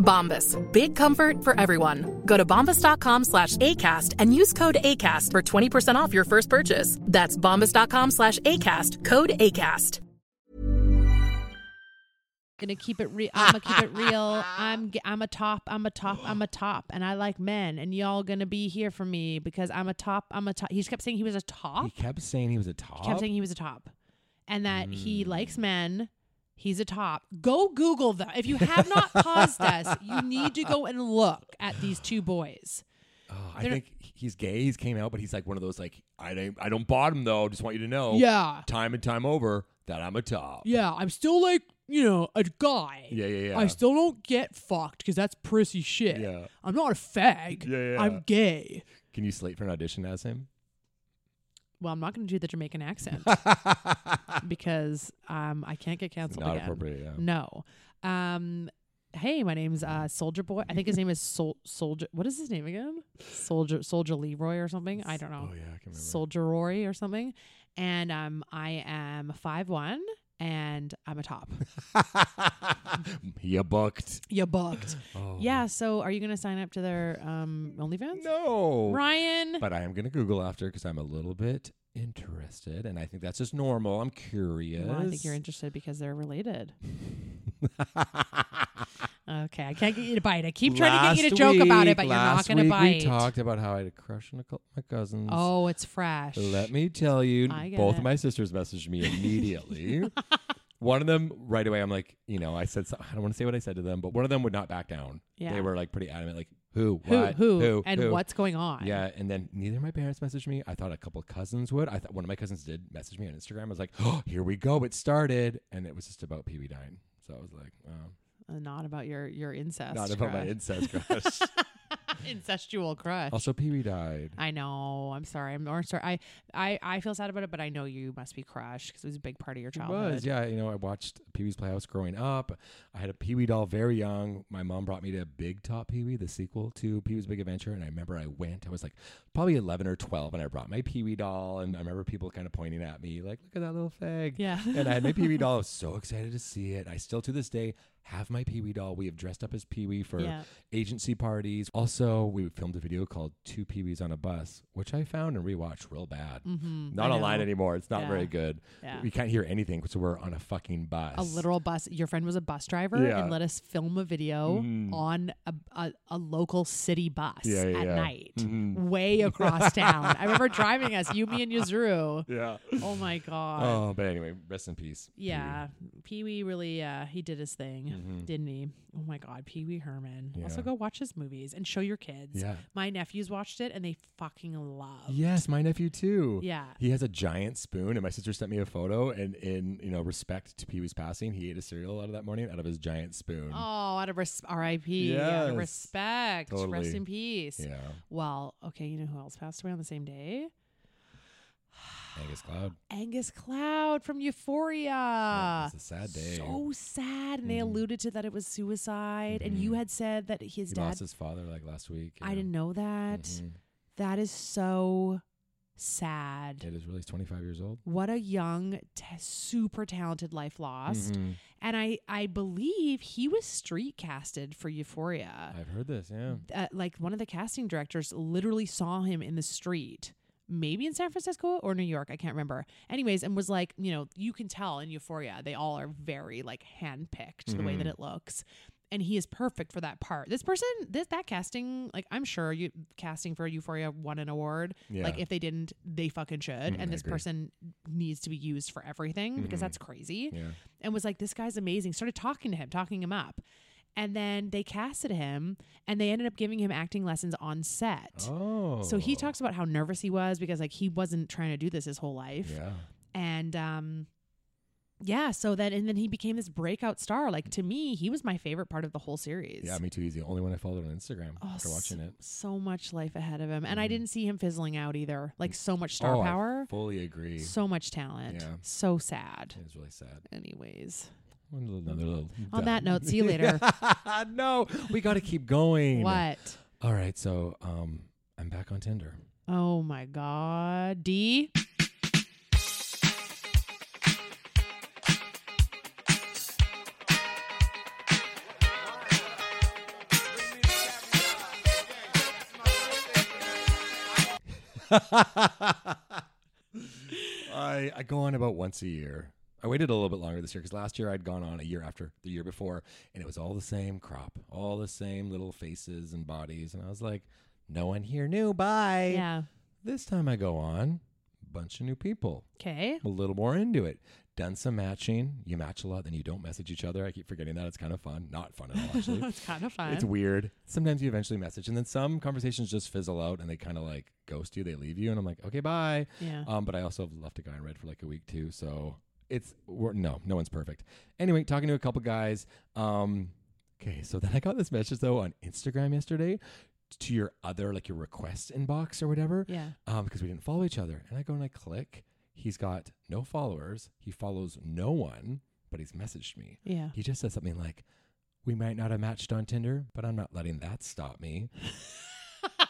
Bombas. Big comfort for everyone. Go to bombas.com slash ACAST and use code ACAST for 20% off your first purchase. That's bombas.com slash ACAST, code ACAST. gonna keep it real. I'm gonna keep it real. I'm g- I'm a top. I'm a top. I'm a top, and I like men. And y'all gonna be here for me because I'm a top. I'm a top. He just kept saying he was a top. he kept saying he was a top. Mm. He kept saying he was a top, and that he likes men. He's a top. Go Google them. If you have not paused us, you need to go and look at these two boys. Oh, I They're- think he's gay. He's came out, but he's like one of those like I don't I don't bottom though. Just want you to know. Yeah. Time and time over that I'm a top. Yeah, I'm still like, you know, a guy. Yeah, yeah, yeah. I still don't get fucked because that's prissy shit. Yeah. I'm not a fag. Yeah, yeah. I'm gay. Can you slate for an audition as him? Well, I'm not going to do the Jamaican accent Not because um, I can't get canceled again. appropriate. Yeah. No. Um, hey, my name's uh, Soldier Boy. I think his name is Sol- Soldier. What is his name again? Soldier Soldier Leroy or something. I don't know. Oh yeah, I can remember. Soldier Rory or something. And um, I am five one, and I'm a top. you booked. you booked. Oh. Yeah. So, are you going to sign up to their um, OnlyFans? No. Ryan. But I am gonna Google after because I'm a little bit interested, and I think that's just normal. I'm curious. Well, I think you're interested because they're related. Okay, I can't get you to bite. I keep trying to get you to joke Last about it, week- but you're not last going to week bite. We talked about how I had a crush on a couple of my cousins. oh, it's fresh. Let me tell you, I get both it. of my sisters messaged me immediately. one of them right away, I'm like, you know, I said, so- I don't want to say what I said to them, but one of them would not back down. Yeah. They were like pretty adamant, like, Who, Who, what, who, who, and who. what's going on? Yeah, and then neither of my parents messaged me. I thought a couple cousins would. I thought one of my cousins did message me on Instagram. I was like, "Oh, here we go! It started," and it was just about PB nine. So I was like, oh, Uh, not about your your incest. "Not about crush. my incest crush." incestual crush. also, PB died. I know. I'm sorry. I'm or sorry. I, I I feel sad about it, but I know you must be crushed because it was a big part of your It childhood. was, yeah. You know, I watched Pee Wee's Playhouse growing up. I had a Pee Wee doll very young. My mom brought me to Big Top Pee Wee, the sequel to Pee Wee's Big Adventure. And I remember I went, I was like probably 11 or 12, and I brought my Pee Wee doll. And I remember people kind of pointing at me, like, look at that little fag. Yeah. and I had my Pee Wee doll. I was so excited to see it. I still, to this day, have my Pee Wee doll. We have dressed up as Pee Wee for Yeah. agency parties. Also, we filmed a video called Two Pee Wees on a Bus, which I found and rewatched real bad. Not Mm-hmm. I online know. anymore. It's not Yeah. very good. Yeah. We can't hear anything because we're on a fucking bus. A literal bus. Your friend was a bus driver Yeah. Mm-hmm. and let us film a video on a, a, a local city bus Yeah, yeah, Mm-hmm. at yeah. night, way across town. I remember driving us, Yumi and Yuzuru. Yeah. Oh my god. Oh, but anyway, rest in peace. Pee Wee. Yeah, Pee Wee really, uh, he did his thing, didn't he? Oh my God, Pee Wee Herman. Also, Mm-hmm. Yeah. go watch his movies and show your kids. Yeah. My nephews watched it and they fucking love. Yes, my nephew too. Yeah. He has a giant spoon, and my sister sent me a photo. And in you know respect to Pee Wee's passing, he ate a cereal out of that morning out of his giant spoon. Oh, out of res- R.I.P. Out of Yes. respect. Rest Totally. in peace. Yeah, Well, okay, you know who else passed away on the same day? Angus Cloud. Angus Cloud from Euphoria. it's a sad day. Mm-hmm. So sad, and they alluded to that it was suicide. And you had said that his he dad lost his Mm-hmm. father like last week. I didn't know that. That is so sad. It is really twenty five years old. What a young, t- super talented life lost. Mhm. And I, I believe he was street casted for Euphoria. I've heard this. Yeah. Uh, like one of the casting directors literally saw him in the street, maybe in San Francisco or New York. I can't remember. Anyways, and was like, you know, you can tell in Euphoria, they all are very like handpicked the Mm-hmm. way that it looks. And he is perfect for that part. This person, this that casting, like I'm sure you casting for Euphoria won an award. Like Yeah. Mm, if they didn't, they fucking should. I and this agree. Mm-hmm. person needs to be used for everything because that's crazy Yeah. and was like, "This guy's amazing." Started talking to him, talking him up, and then they casted him, and they ended up giving him acting lessons on set. Oh. So he talks about how nervous he was because like he wasn't trying to do this his whole life, Yeah. and um, yeah. So then and then he became this breakout star. Like to me, he was my favorite part of the whole series. Yeah, me too. He's the only one I followed on Instagram Oh, after watching so, it. Mm-hmm. so much life ahead of him, and I didn't see him fizzling out either. Like so much star Oh, I power, fully agree. so much talent, Yeah. so sad. It was really sad. Anyways. One little- another little- On that note, see you later. no, we got to keep going. What? All right, so um, I'm back on Tinder. Oh my God. D. I I go on about once a year. I waited a little bit longer this year because last year I'd gone on a year after the year before, and it was all the same crop, all the same little faces and bodies, and I was like, no one here knew. Bye. Yeah. This time I go on, bunch of new people. Okay. a little more into it. Done some matching. You match a lot, then you don't message each other. I keep forgetting that. It's kind of fun. Not fun at all, actually. It's kind of fun. it's weird. Sometimes you eventually message, and then some conversations just fizzle out and they kind of like ghost you. They leave you, and I'm like, okay, bye. Yeah. Um, but I also have left a guy in red for like a week too. So it's, we're, no, no one's perfect. Anyway, talking to a couple guys. Um, okay, so then I got this message though on Instagram yesterday to your other, like your request inbox or whatever yeah. um, because we didn't follow each other. And I go and I click. He's got no followers. He follows no one, but he's messaged me. Yeah. He just says something like, "We might not have matched on Tinder, but I'm not letting that stop me."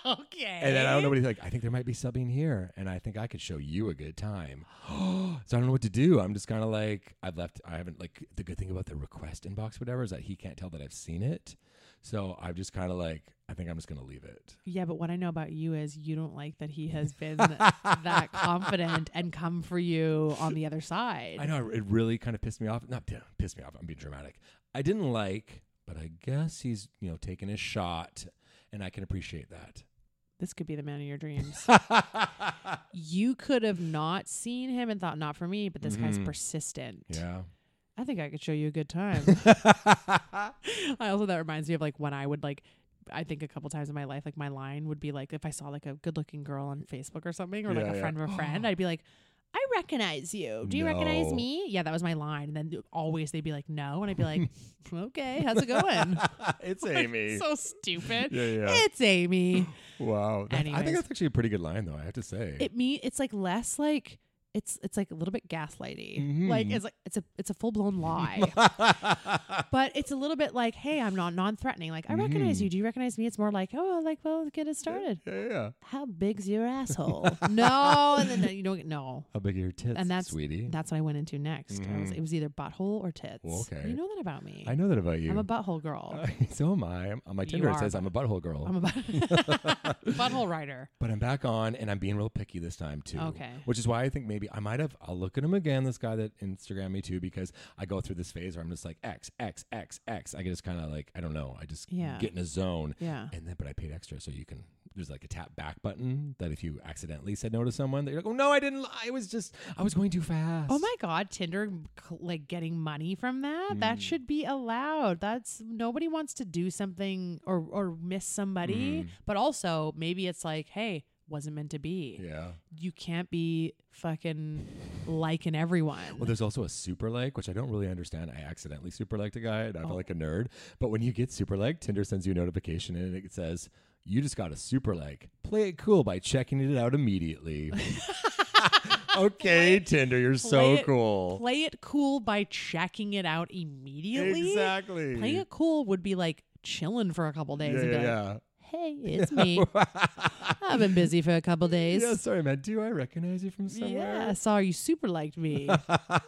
okay. And then I don't know what he's like. I think there might be something here, and I think I could show you a good time. so I don't know what to do. I'm just kind of like I've left. I haven't like the good thing about the request inbox, whatever, is that he can't tell that I've seen it. So I've just kind of like I think I'm just gonna leave it. Yeah, but what I know about you is you don't like that he has been that confident and come for you on the other side. I know it really kind of pissed me off. Not yeah, pissed me off. I'm being dramatic. I didn't like, but I guess he's you know taking his shot, and I can appreciate that. This could be the man of your dreams. you could have not seen him and thought, not for me, but this guy's Mhm. persistent. Yeah. I think I could show you a good time. I also that reminds me of like when I would like I think a couple times in my life, like my line would be like if I saw like a good looking girl on Facebook or something, or Yeah, like a yeah. friend of a friend, I'd be like, I recognize you. Do you recognize No. me? Yeah, that was my line. And then always they'd be like, no. And I'd be like, okay, how's it going? it's Like, Amy. so stupid. Yeah, yeah. It's Amy. wow. That- I think Anyways. that's actually a pretty good line, though. I have to say. It me. It's like less like it's it's like a little bit gaslighty. Mm-hmm. Like it's like it's a it's a full blown lie. but it's a little bit like, hey, I'm not non threatening. Like I recognize you. Mm-hmm. Do you recognize me? It's more like, oh, like well, get it started. yeah, yeah. How big's your asshole? no, and then no, you don't get no. How big are your tits, And that's sweetie? Mm-hmm. That's what I went into next. I was, it was either butthole or tits. Well, okay. You know that about me. I know that about you. I'm a butthole girl. so am I. I'm- On my You Tinder, it are says a I'm a butthole girl. I'm a but- butthole rider. But I'm back on, and I'm being real picky this time too. Okay. Which is why I think maybe I might have. I'll look at him again. This guy that Instagram me too, because I go through this phase where I'm just like X X X X. I just kind of like I don't know. I just Yeah. get in a zone. Yeah. And then, but I paid extra, so you can. There's like a tap back button that if you accidentally said no to someone, they're like, oh no, I didn't. li- I was just. I was going too fast. Oh my God, Tinder c- like getting money from that? Mm. That should be allowed. That's nobody wants to do something or or miss somebody, Mm. but also maybe it's like, hey, wasn't meant to be. Yeah. You can't be fucking liking everyone. Well, there's also a super like, which I don't really understand. I accidentally super liked a guy and Oh. I felt like a nerd. But when you get super like, Tinder sends you a notification and it says, You just got a super like. Play it cool by checking it out immediately. okay, Tinder, you're so Play it- cool. Play it cool by checking it out immediately. Exactly. Play it cool would be like chilling for a couple days yeah, and be yeah, like, yeah. hey, it's me. I've been busy for a couple days. Yeah, sorry, man. Do I recognize you from Yeah, somewhere? sorry, you super liked me.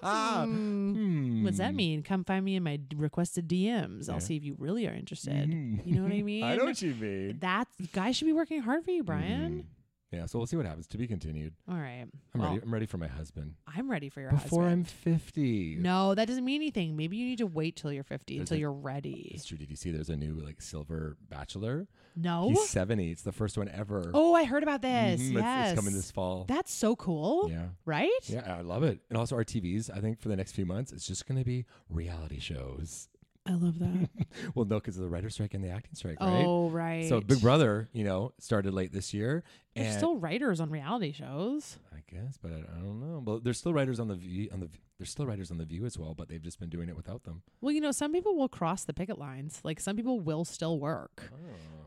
Hmm. Hmm. What's that mean? Come find me in my d- requested DMs. I'll see if you really are interested. Mm-hmm. You know what I mean? I know what you mean. That guy should be working hard for Mm-hmm. you, Brian. Yeah, so we'll see what happens. To be continued. All right. I'm Well, ready. I'm ready for my husband. I'm ready for your Before husband. I'm 50. No, that doesn't mean anything. Maybe you need to wait till you're 50, There's until a- you're ready. It's true. Did you see there's a new like silver bachelor? No. He's 70. It's the first one ever. Oh, I heard about this. Mhm, it's- Yes. It's coming this fall. That's so cool. Yeah. Right? yeah, I love it. And also our TVs, I think for the next few months, it's just going to be reality shows. I love that. Well, no, because of the writer strike and the acting strike, right? Oh, right. So Big Brother, you know, started late this year. There's and still writers on reality shows. I guess, but I, I don't know. But there's still writers on the view on the there's still writers on the view as well, but they've just been doing it without them. Well, you know, some people will cross the picket lines. Like some people will still work.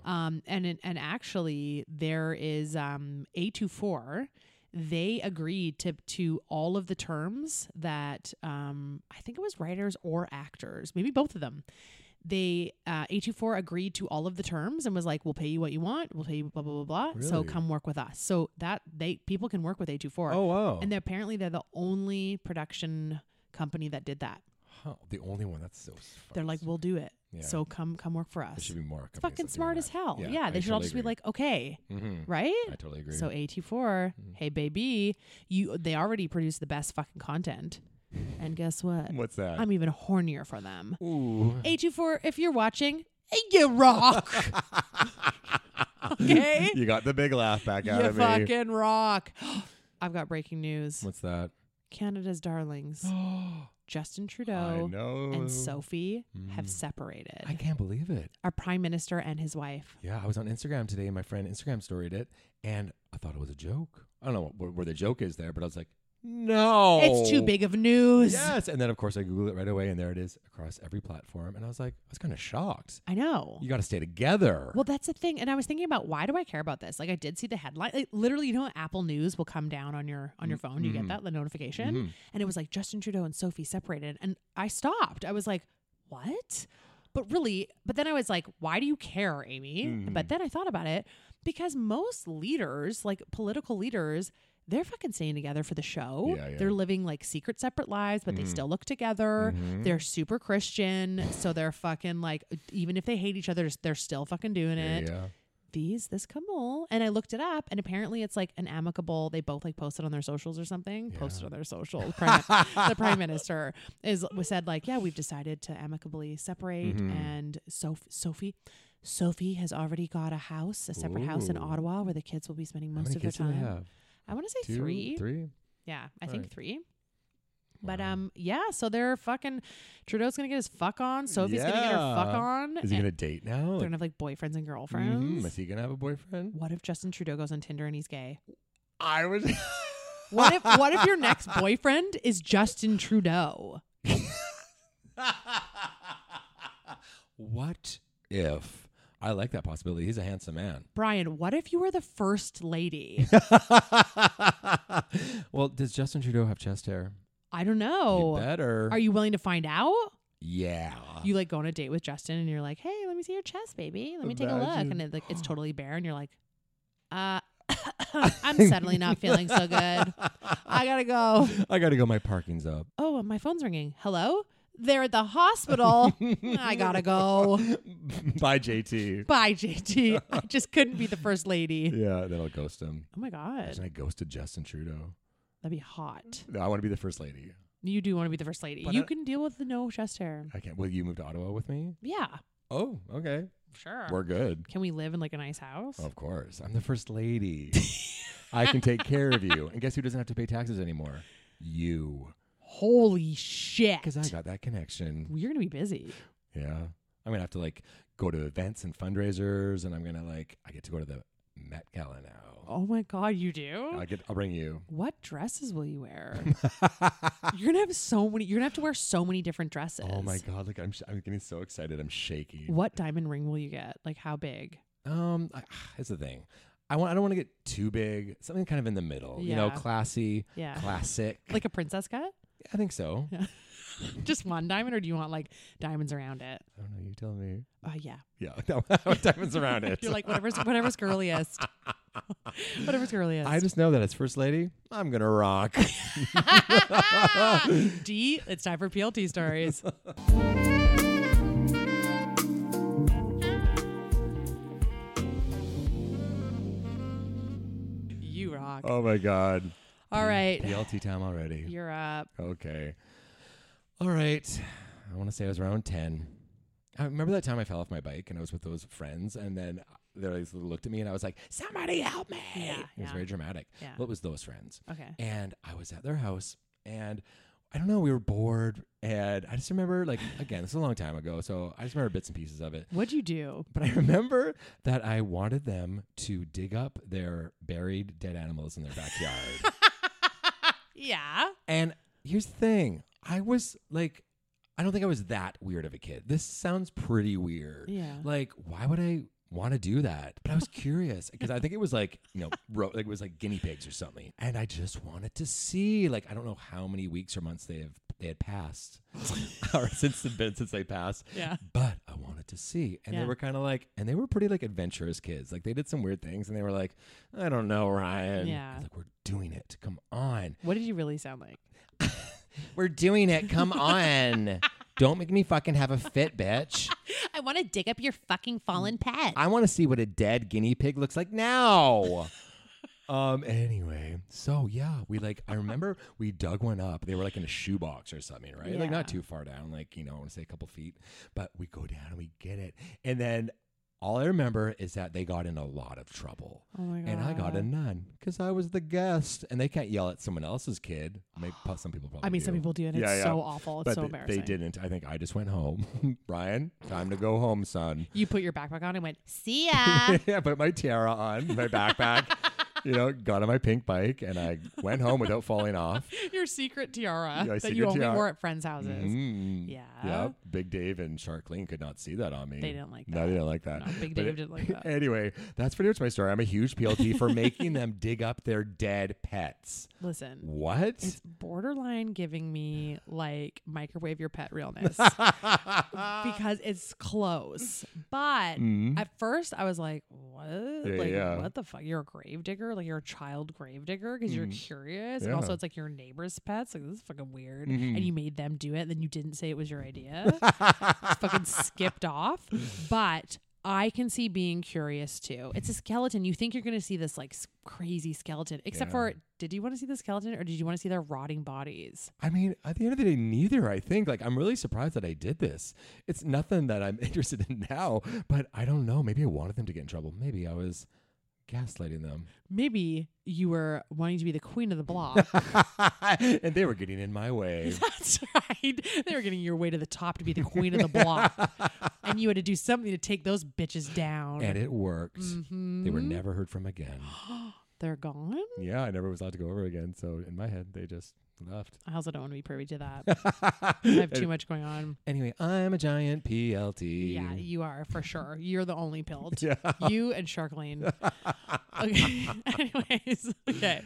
Oh. Um, and it- and actually, there is um, A24. They agreed to to all of the terms that um, I think it was writers or actors, maybe both of them. They uh, A24 agreed to all of the terms and was like, "We'll pay you what you want. We'll pay you blah blah blah blah. So Really? come work with us." So that they people can work with A24. Oh, wow. And they're, apparently, they're the only production company that did that. Huh, the only one that's so They're fucking like, stupid. "We'll do it." Yeah. So come, come work for there us. should be more. It's fucking smart as hell. Yeah, they should all just be like, "Okay, mm-hmm. right?" I totally agree. Mm. So AT4, hey baby, you they already produce the best fucking content, and guess what? What's that? I'm even hornier for them. Ooh. A24, if you're watching, you rock. okay, You got the big laugh back out you of me. fucking rock. I've got breaking news. What's that? Canada's darlings, Justin I Trudeau know. and Sophie have separated. Mm. I can't believe it. Our prime minister and his wife. Yeah, I was on Instagram today and my friend Instagram storied it and I thought it was a joke. I don't know where, where the joke is there, but I was like, no. It's too big of news. Oh. Yes. And then, of course, I Googled it right away and there it is across every platform. And I was like, I was kind of shocked. I know. You got to stay together. Well, that's the thing. And I was thinking about why do I care about this? Like I did see the headline. Like, literally, you know, Apple News will come down on your Mm, on your phone. You mm-hmm. get that the notification, and it was like Justin Trudeau and Sophie separated, and I stopped. I was like, what? But really, but then I was like, why do you care, Amy? Mm-hmm. But then I thought about it because most leaders, like political leaders. They're fucking staying together for the show. Yeah, Mm-hmm. yeah. They're living like secret separate lives, but they still look together. Mm-hmm. They're super Christian. So they're fucking like, even if they hate each other, they're still fucking doing yeah. it these this couple and i looked it up and apparently it's like an amicable they both like posted on their socials or something posted on their socials prime, the prime minister is was said like yeah we've decided to amicably separate Mm-hmm. and so sophie sophie has already got a house a separate house in Ooh. ottawa where the kids will be spending How most many of their kids do they time have? i want to say Two, three Three? yeah i All think right. three But um, yeah. So they're fucking. Trudeau's gonna get his fuck on. Sophie's gonna get her fuck Yeah. on. Is he and gonna date now? They're Like- gonna have like boyfriends and girlfriends. Mhm. Is he gonna have a boyfriend? What if Justin Trudeau goes on Tinder and he's gay? I was. What if what if your next boyfriend is Justin Trudeau? What if? I like that possibility. He's a handsome man. Brian, what if you were the first lady? well, does Justin Trudeau have chest hair? I don't know. He better. Oh. Ah. Are you willing to find out? Yeah. You like go on a date with Justin and you're like, "Hey, let me see your chest, baby. Let me take a look." Imagine. And it, like it's totally bare and you're like, "Uh, I'm suddenly not feeling so good. I got to go." I gotta go. My parking's up. Oh, my phone's ringing. Hello? They're at the hospital. Oh, I got to go. Bye, JT. Bye, JT. I just couldn't be the first lady. Yeah, then I'll ghost him. Oh my god. Imagine I ghosted Justin Trudeau. That'd be hot. No, I want to be the first lady. You do want to be the first lady. But you I- can deal with the no chest hair. I can't. Will you move to Ottawa with me? Yeah, Oh, okay. sure. We're good. Can we live in like a nice house? Of course. I'm the first lady. I can take care of you. And guess who doesn't have to pay taxes anymore? You. Holy shit. Because I got that connection. You're going to be busy. Yeah. I'm going to have to like go to events and fundraisers and I'm going to like, I get to go to the Met Gala now. Oh my god, you do? I get, I'll bring you. Oh what dresses will you wear? you're going to have so many you're going to have to wear so many different dresses. Oh my God. Like I'm, sh- I'm getting so excited. I'm shaking. What diamond ring will you get? Like how big? Um, I, it's the thing. I want. I don't want to get too big. Something kind of in the middle. You know, Yeah. classy, Yeah. classic. Like a princess cut? I think so. Yeah. Just one diamond or do you want like diamonds around it? I don't know. You tell me. Oh yeah. Yeah, no, diamonds around it. You're like whatever's whatever's girliest. whatever's girliest. I just know that as first lady, I'm gonna rock. D, it's time for PLT stories. you rock. Oh my god. All right. PLT time already. You're up. Okay. All right. I want to say I was around 10. I remember that time I fell off my bike and I was with those friends, and then they like, looked at me and I was like, Somebody help me. Yeah, it was yeah. very dramatic. Yeah. What was those friends? Okay. And I was at their house and I don't know, we were bored. And I just remember, like, again, this is a long time ago. So I just remember bits and pieces of it. What'd you do? But I remember that I wanted them to dig up their buried dead animals in their backyard. Yeah. And here's the thing I was like, I don't think I was that weird of a kid. This sounds pretty weird. Yeah. Like, why would I want to do that? But I was curious because I think it was like, you know, ro- like it was like guinea pigs or something. And I just wanted to see. Like, I don't know how many weeks or months they have they had passed or since the been since they passed. Yeah. But I wanted to see. And Yeah. they were kind of like, and they were pretty like adventurous kids. Like they did some weird things and they were like, I don't know, Ryan. Yeah. I was Like, we're doing it. Come on. What did you really sound like? We're doing it. Come on. Don't make me fucking have a fit, bitch. I want to dig up your fucking fallen pet. I want to see what a dead guinea pig looks like now. Um. Anyway, so yeah, we like. I remember we dug one up. They were like in a shoebox or something, right? Like not Yeah. too far down, like you know, I want to say a couple feet. But we go down and we get it, and then all I remember is that they got in a lot of trouble. Oh my And I got God. a none because I was the guest, and they can't yell at someone else's kid. Maybe some people probably. I mean, some do. people do, and it's Yeah, yeah. so awful. It's but so th- embarrassing. They didn't. I think I just went home. Brian, time to go home, son. You put your backpack on and went, see ya. yeah, put my tiara on, my backpack. you know, got on my pink bike, and I went home without falling off. your secret tiara Yeah, that you secret only tiara. wore at friends' houses. Mm. Yeah. Yep. Big Dave and Shark Lean could not see that on me. They didn't like No, that. they didn't like that. No, Big But Dave it- didn't like that. anyway, that's pretty much my story. I'm a huge PLT for making them dig up their dead pets. Listen, What? it's borderline giving me like microwave your pet realness because it's close. But Mm-hmm. at first, I was like, "What? like, yeah. what the fuck? You're a grave digger? Like, you're a child grave digger because you're curious, and Mm-hmm. Yeah. Mm-hmm. also it's like your neighbor's pets. Like, this is fucking weird. And you made them do it, and then you didn't say it was your idea. It's fucking skipped off. But I can see being curious too. It's a skeleton. You think you're going to see this like s- crazy skeleton, except Yeah. for did you want to see the skeleton or did you want to see their rotting bodies? I mean, at the end of the day, neither. I think. Like, I'm really surprised that I did this. It's nothing that I'm interested in now, but I don't know. Maybe I wanted them to get in trouble. Maybe I was gaslighting them. Maybe you were wanting to be the queen of the block. and they were getting in my way. That's right. They were getting your way to the top to be the queen of the block. and you had to do something to take those bitches down. And it worked. They were Mhm. never heard from again. They're gone? yeah, I never was allowed to go over again. So in my head, they just left. I also don't want to be privy to that. I have too much going on. Anyway, I'm a giant PLT. Yeah, you are for sure. You're the only pilled. Yeah. You and Shark Lane. okay. Anyways, okay.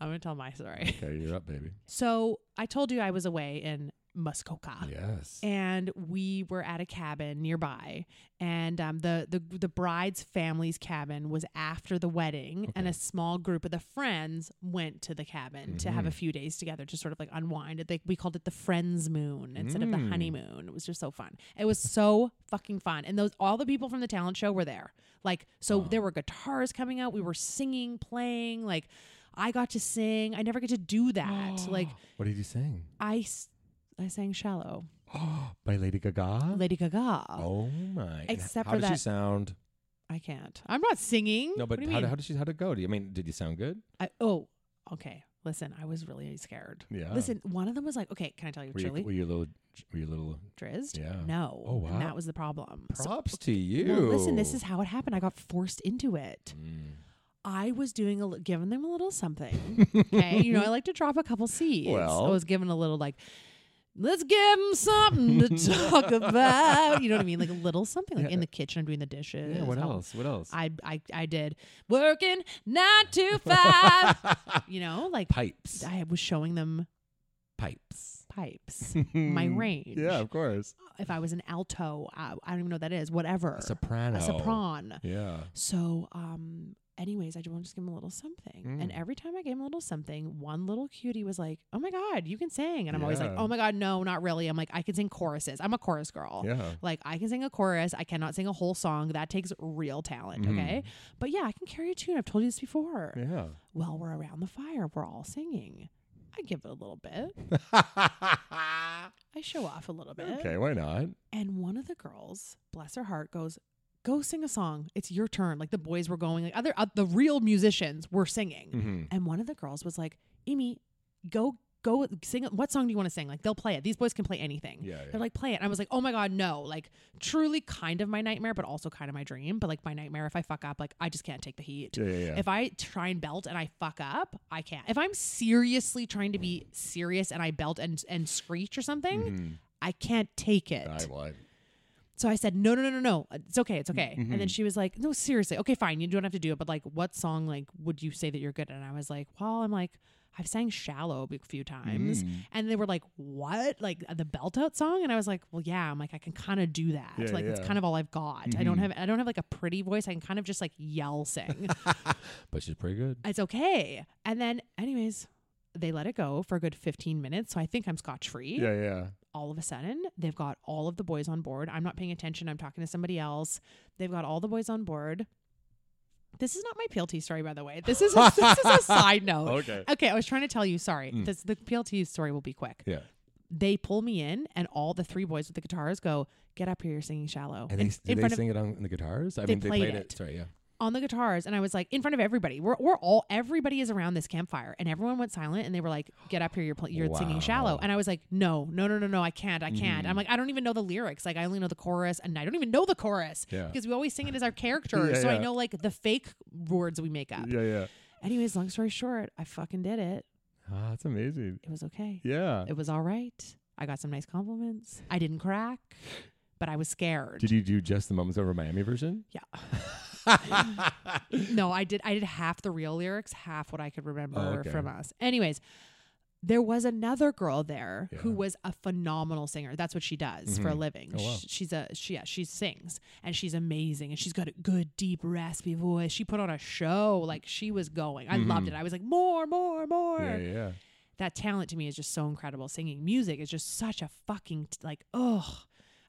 I'm going to tell my story. okay, you're up, baby. So I told you I was away in Muskoka. Yes. And we were at a cabin nearby, and um, the the the bride's family's cabin was after the wedding, and a small group of the friends went to the cabin to have a few days together to sort of like unwind. They, we called it the friends moon instead of the Mm. honeymoon. It was just so fun. It was so fucking fun, and those all the people from the talent show were there. Like, so there were guitars coming out. We were singing, playing. Like, I got to sing. I never get to do that. like. What did you sing? I, s- I sang "Shallow," By Lady Gaga? Lady Gaga. oh, my. And Except how for did she that- sound? I can't. I'm not singing. No, What but do you how, did- mean? how did she, how'd it go? Do you, I mean, did you sound good? I, oh, okay. Listen, I was really scared. Yeah. Listen, one of them was like, "Okay, can I tell you, Were you, truly were you a little, were you a little, drizzed? Yeah. No. Oh, wow. And that was the problem. So- props to you. Well, listen, this is how it happened. I got forced into it. Mm. I was doing a, li- giving them a little something. Okay, you know, I like to drop a couple seeds. Well. I was giving a little like. Let's give them something to talk about. You know what I mean? Like a little something, like in the kitchen, I'm doing the dishes. Oh, Yeah, what I'll- else? What else? I, I I did working nine to five. you know, like Pipes. I was showing them Pipes. pipes, my range. Yeah, of course. If I was an alto, I, I don't even know what that is. Whatever. A soprano. A sopran. Yeah. So um. Anyways, I just wanted to give him a little something. And Mm. every time I gave him a little something, one little cutie was like, Oh my God, you can sing. And I'm always like, Yeah. Oh my God, no, not really. I'm like, I can sing choruses. I'm a chorus girl. Yeah. Like I can sing a chorus. I cannot sing a whole song. That takes real talent. Okay. But yeah, I can carry a tune. I've told you this before. Mm. Yeah. Well, we're around the fire. We're all singing. I give it a little bit. I show off a little bit. okay, why not? And one of the girls, bless her heart, goes, Go sing a song. It's your turn. Like the boys were going, like other, uh, the real musicians were singing. Mhm. And one of the girls was like, Amy, go, go sing. What song do you want to sing? Like they'll play it. These boys can play anything. Yeah, yeah. They're like, play it. And I was like, oh my God, no. Like truly kind of my nightmare, but also kind of my dream. But like my nightmare, if I fuck up, like I just can't take the heat. Yeah, yeah, yeah. If I try and belt and I fuck up, I can't. If I'm seriously trying to be serious and I belt and, and screech or something, I can't take it. Mm-hmm. I, well, I- So I said, no, no, no, no, no. It's okay. Mm, It's okay. And mm-hmm. then she was like, no, seriously. Okay, fine. You don't have to do it. But like, what song, like, would you say that you're good at? And I was like, well, I'm like, I've sang shallow a few times. Mm. And they were like, what? Like uh, the belt out song? And I was like, well, yeah. I'm like, I can kind of do that. Yeah, like, that's yeah. Mm-hmm. kind of all I've got. I don't have, I don't have like a pretty voice. I can kind of just like yell sing. but she's pretty good. it's okay. And then, anyways, they let it go for a good 15 minutes. So I think I'm scotch free Yeah, yeah. all of a sudden they've got all of the boys on board i'm not paying attention i'm talking to somebody else they've got all the boys on board this is not my plt story by the way this is a, this is a side note Okay. okay i was trying to tell you sorry Mm. this, the plt story will be quick Yeah. they pull me in and all the three boys with the guitars go get up here you're singing shallow And Oh, in- they, s- in did they front of- sing it on the guitars? I They mean, they played played it. Sorry, yeah. on the guitars and I was like in front of everybody. We're, we're all everybody is around this campfire and everyone went silent and they were like, "Get up here, you're pl- you're Wow. singing shallow." And I was like, "No, no, no, no, no, I can't. I Mm-hmm. can't." I'm like, "I don't even know the lyrics. Like I only know the chorus and I don't even know the chorus Yeah. because we always sing it as our characters. Yeah, so I yeah. know like the fake words we make up." Yeah, yeah. Anyways, long story short, I fucking did it. Ah, that's amazing. It was okay. Yeah. It was all right. I got some nice compliments. I didn't crack, but I was scared. Did you do just the Moments Over Miami version? Yeah. no, I did. I did half the real lyrics, half what I could remember Oh, okay. from us. Anyways, there was another girl there who Yeah. was a phenomenal singer. That's what she does for a living. Oh, wow. Sh- She's a she. Yeah, she sings and she's amazing and she's got a good deep raspy voice. She put on a show like she was going. I loved it. I was like more, more, more. Mm-hmm. Yeah, yeah, yeah. That talent to me is just so incredible. Singing music is just such a fucking t- like ugh.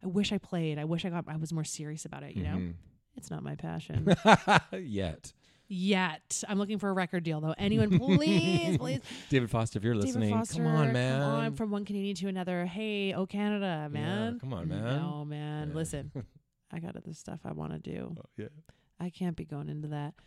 I wish I played. I wish I got. I was more serious about it. You Mm-hmm. know, it's not my passion Yet. yet. I'm looking for a record deal though. Anyone, please, please. David Foster, if you're David listening, Foster, come on, man. Come on, from one Canadian to another. Hey, oh Canada, man. come on, man. No, man. Yeah. Oh, Listen, I got other stuff I want to do. yeah. I can't be going into that.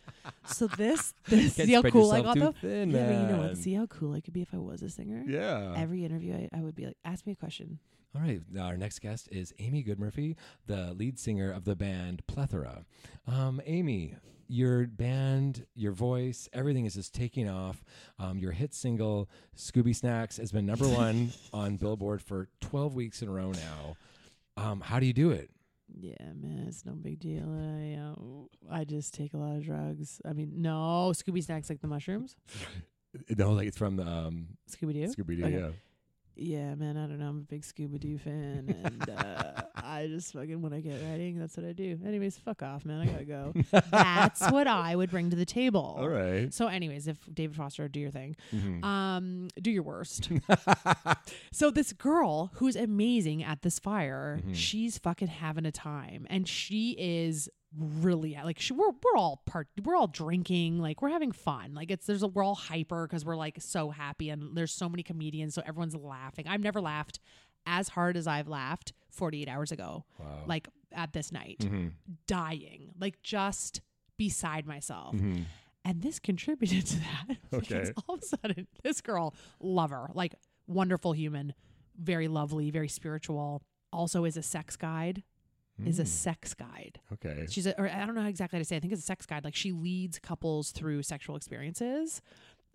So this, this Can't see how spread cool I yourself got too though. thin, yeah, but you know man. what? See how cool I could be if I was a singer. Yeah. Every interview, I, I would be like, ask me a question. All right, our next guest is Amy Goodmurphy, the lead singer of the band Plethora. Um, Amy, your band, your voice, everything is just taking off. Um, your hit single, Scooby Snacks, has been number one on Billboard for 12 weeks in a row now. Um, how do you do it? Yeah, man, it's no big deal. I uh, I just take a lot of drugs. I mean, no Scooby snacks like the mushrooms. No, like it's from the um, Scooby Doo. Scooby Doo, yeah. Yeah, man, I don't know. I'm a big Scooby Doo fan, and uh, I just fucking when I get writing, that's what I do. Anyways, fuck off, man. I gotta go. Oh. that's what I would bring to the table. All right. So, anyways, if David Foster, do your thing. Mm-hmm. Mhm. Um, do your worst. so this girl who's amazing at this fire, Mhm. she's fucking having a time, and she is really like she, we're we're all part we're all drinking like we're having fun like it's there's a we're all hyper because we're like so happy and there's so many comedians so everyone's laughing i've never laughed as hard as i've laughed 48 hours ago Wow. like at this night Mm-hmm. Mhm. dying like just beside myself Mm-hmm. Mhm. and this contributed to that because Okay. all of a sudden this girl lover like wonderful human very lovely very spiritual also is a sex guide is a Mm-hmm. Mm. Hmm. sex guide Okay. she's a, or i don't know exactly how to say it. i think it's a sex guide like she leads couples through sexual experiences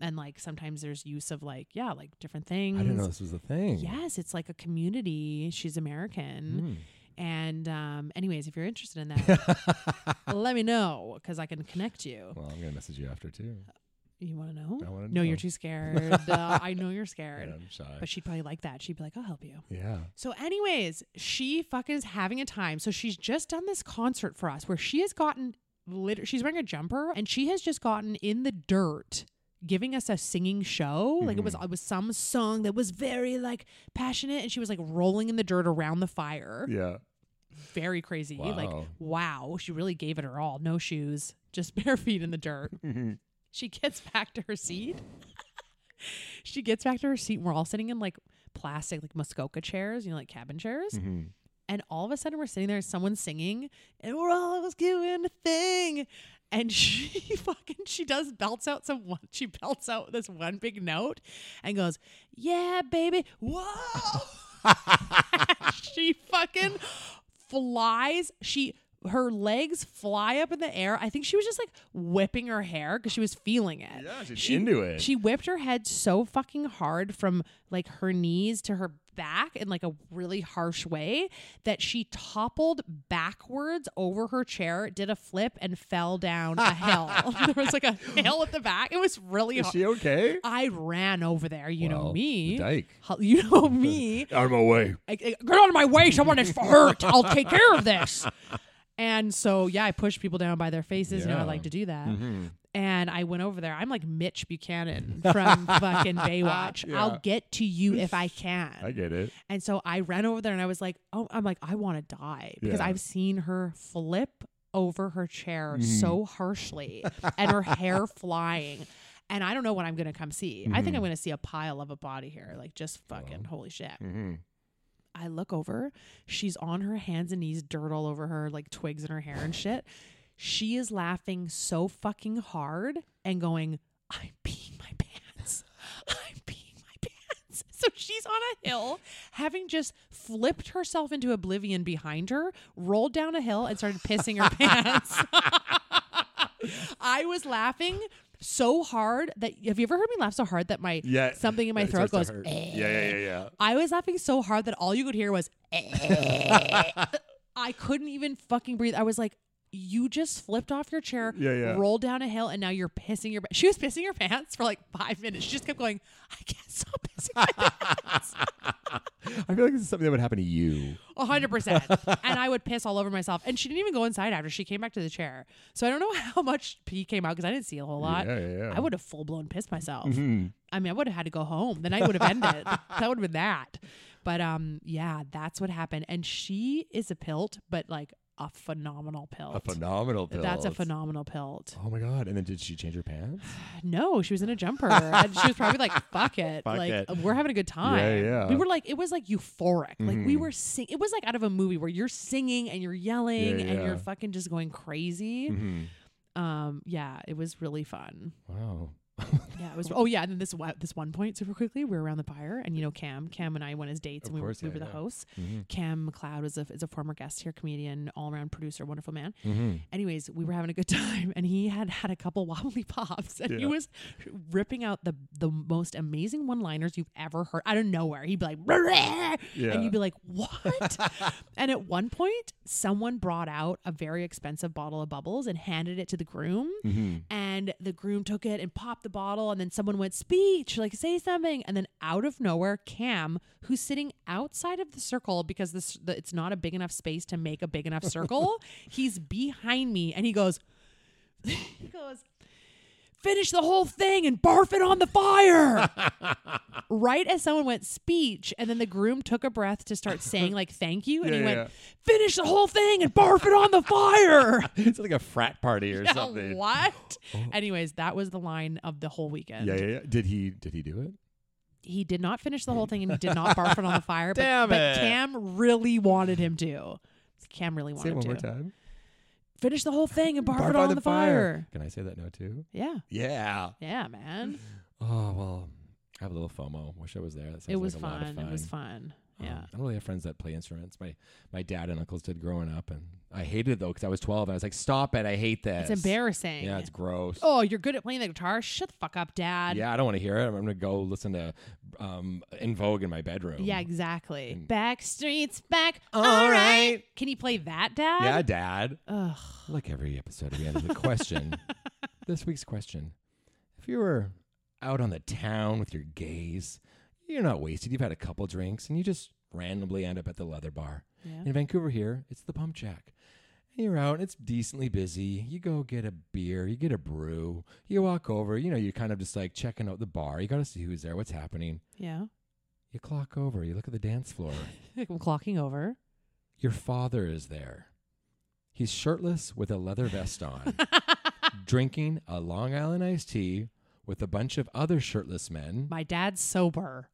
and like sometimes there's use of like yeah like different things I didn't know this was a thing. Hmm. Yes, it's like a community. She's American. And um, anyways, if you're interested in Mm. that, let me know because I can connect you. Well, I'm going to message you after too. You want to know? I wanna no, know. you're too scared. uh, I know you're scared. I'm shy. But she'd probably like that. She'd be like, I'll help you. Yeah. So, anyways, she fucking is having a time. So she's just done this concert for us where she has gotten lit- she's wearing a jumper and she has just gotten in the dirt giving us a singing show. Like it was Mm-hmm. it was some song that was very like passionate and she was like rolling in the dirt around the fire. Yeah. Very crazy. Like Wow. wow, she really gave it her all. No shoes, just bare feet in the dirt. She gets back to her seat. she gets back to her seat. And we're all sitting in like plastic, like Muskoka chairs, you know, like cabin chairs. Mm-hmm. And all of a sudden, we're sitting there, someone's singing, and we're all doing a thing. And she fucking she does belts out some one she belts out this one big note and goes, "Yeah, baby, whoa!" she fucking flies. She her legs fly up in the air. I think she was just like whipping her hair because she was feeling it. Yeah, she's into it. She whipped her head so fucking hard from like her knees to her back in like a really harsh way that she toppled backwards over her chair, did a flip, and fell down a hill. there was like a hill at the back. It was really. Is hard. she okay? I ran over there. You know Well, me, the dyke. Ho- You know me. Out of my way. I- I- get out of my way. Someone is hurt. I'll take care of this. And so, yeah, I push people down by their faces. You know, I Yeah. like to do that. Mm-hmm. Mhm. And I went over there. I'm like Mitch Buchanan from fucking Baywatch. Yeah. I'll get to you if I can. I get it. And so I ran over there and I was like, oh, I'm like, I want to die because Yeah. Mm-hmm. I've seen her flip over her chair Mhm. so harshly and her hair flying. And I don't know what I'm going to come see. I Mm-hmm. think Mhm. I'm going to see a pile of a body here. Like, just fucking holy shit. Mm-hmm. I look over. She's on her hands and knees, dirt all over her, like twigs in her hair and shit. She is laughing so fucking hard and going, I'm peeing my pants. I'm peeing my pants. So she's on a hill, having just flipped herself into oblivion behind her, rolled down a hill, and started pissing her pants. I was laughing so hard that have you ever heard me laugh so hard that my Yeah. something in my It throat starts goes "Eh." to hurt. Yeah, yeah, yeah, yeah. I was laughing so hard that all you could hear was "Eh." I couldn't even fucking breathe. I was like, you just flipped off your chair, Yeah, yeah. rolled down a hill, and now you're pissing your. She was pissing her pants for like five minutes. She just kept going, I can't stop pissing my pants. I feel like this is something that would happen to you. A hundred percent. And I would piss all over myself. And she didn't even go inside after she came back to the chair. So I don't know how much pee came out because I didn't see a whole lot. Yeah, yeah, yeah. I would have full blown pissed myself. Mm-hmm. Mhm. I mean, I would have had to go home. The night would have ended. that would have been that. But um, yeah, that's what happened. And she is a pilt, but like a phenomenal pill. A phenomenal pill. That's a phenomenal pilt. Oh my god! And then did she change her pants? No, she was in a jumper. and she was probably like, fuck it. Fuck like, it. we're having a good time. yeah. We were like, it was like euphoric. Like, we Mhm. were sing. It was like out of a movie where you're singing and you're yelling Yeah, and yeah. you're fucking just going crazy. Mhm. Um, yeah, it was really fun. Wow. Yeah, it was. Oh yeah, and then this wa- this one point super quickly. We were around the fire, and you know Cam, Cam and I went as dates, Of and we, course, were, we yeah, were the yeah. hosts. Mhm. Cam McLeod is a is a former guest here, comedian, all around producer, wonderful man. Mhm. Anyways, we were having a good time, and he had had a couple wobbly pops, and he Yeah. was ripping out the the most amazing one liners you've ever heard out of nowhere. He'd be like, "Bruh," Yeah. and you'd be like, what? and at one point, someone brought out a very expensive bottle of bubbles and handed it to the groom Mhm. and the groom took it and popped the bottle and then someone went speech like say something and then out of nowhere cam who's sitting outside of the circle because this the, it's not a big enough space to make a big enough circle he's behind me and he goes he goes finish the whole thing and barf it on the fire right as someone went speech and then the groom took a breath to start saying like thank you and Yeah, he went yeah. finish the whole thing and barf it on the fire it's like a frat party or yeah, something. Oh. What? Anyways, that was the line of the whole weekend. Yeah, yeah, yeah. Did he? Did he do it? He did not finish the whole thing and he did not barf it on the fire. But, Damn but it. Cam really wanted him to. Cam really wanted Say it him one to. more time. Finish the whole thing and barf, it on, the fire. Can I say that now too? Yeah. Yeah. Yeah, man. Oh well, I have a little FOMO. Wish I was there. That sounds It was like a Lot fun. of fun. It was fun. Um, Yeah. I don't really have friends that play instruments. My my dad and uncles did growing up, and I hated it though because I was twelve. And I was like, "Stop it! I hate this. It's embarrassing. Yeah, it's gross. Oh, you're good at playing the guitar? Shut the fuck up, dad. Yeah, I don't want to hear it. I'm gonna go listen to um, In Vogue in my bedroom. Yeah, exactly. Back streets back. Mm. All All right. right. Can you play that, dad? Yeah, Dad. Ugh. Like every episode, we end with a question. this week's question: If you were out on the town with your gays, you're not wasted. You've had a couple drinks, and you just randomly end up at the leather bar. Yeah. In Vancouver, here it's the Pump Jack. And you're out, and it's decently busy. You go get a beer, you get a brew, you walk over. You know, you're kind of just like checking out the bar. You got to see who's there, what's happening. Yeah. You clock over, you look at the dance floor. I'm clocking over. Your father is there. He's shirtless with a leather vest on, drinking a Long Island iced tea with a bunch of other shirtless men. My dad's sober.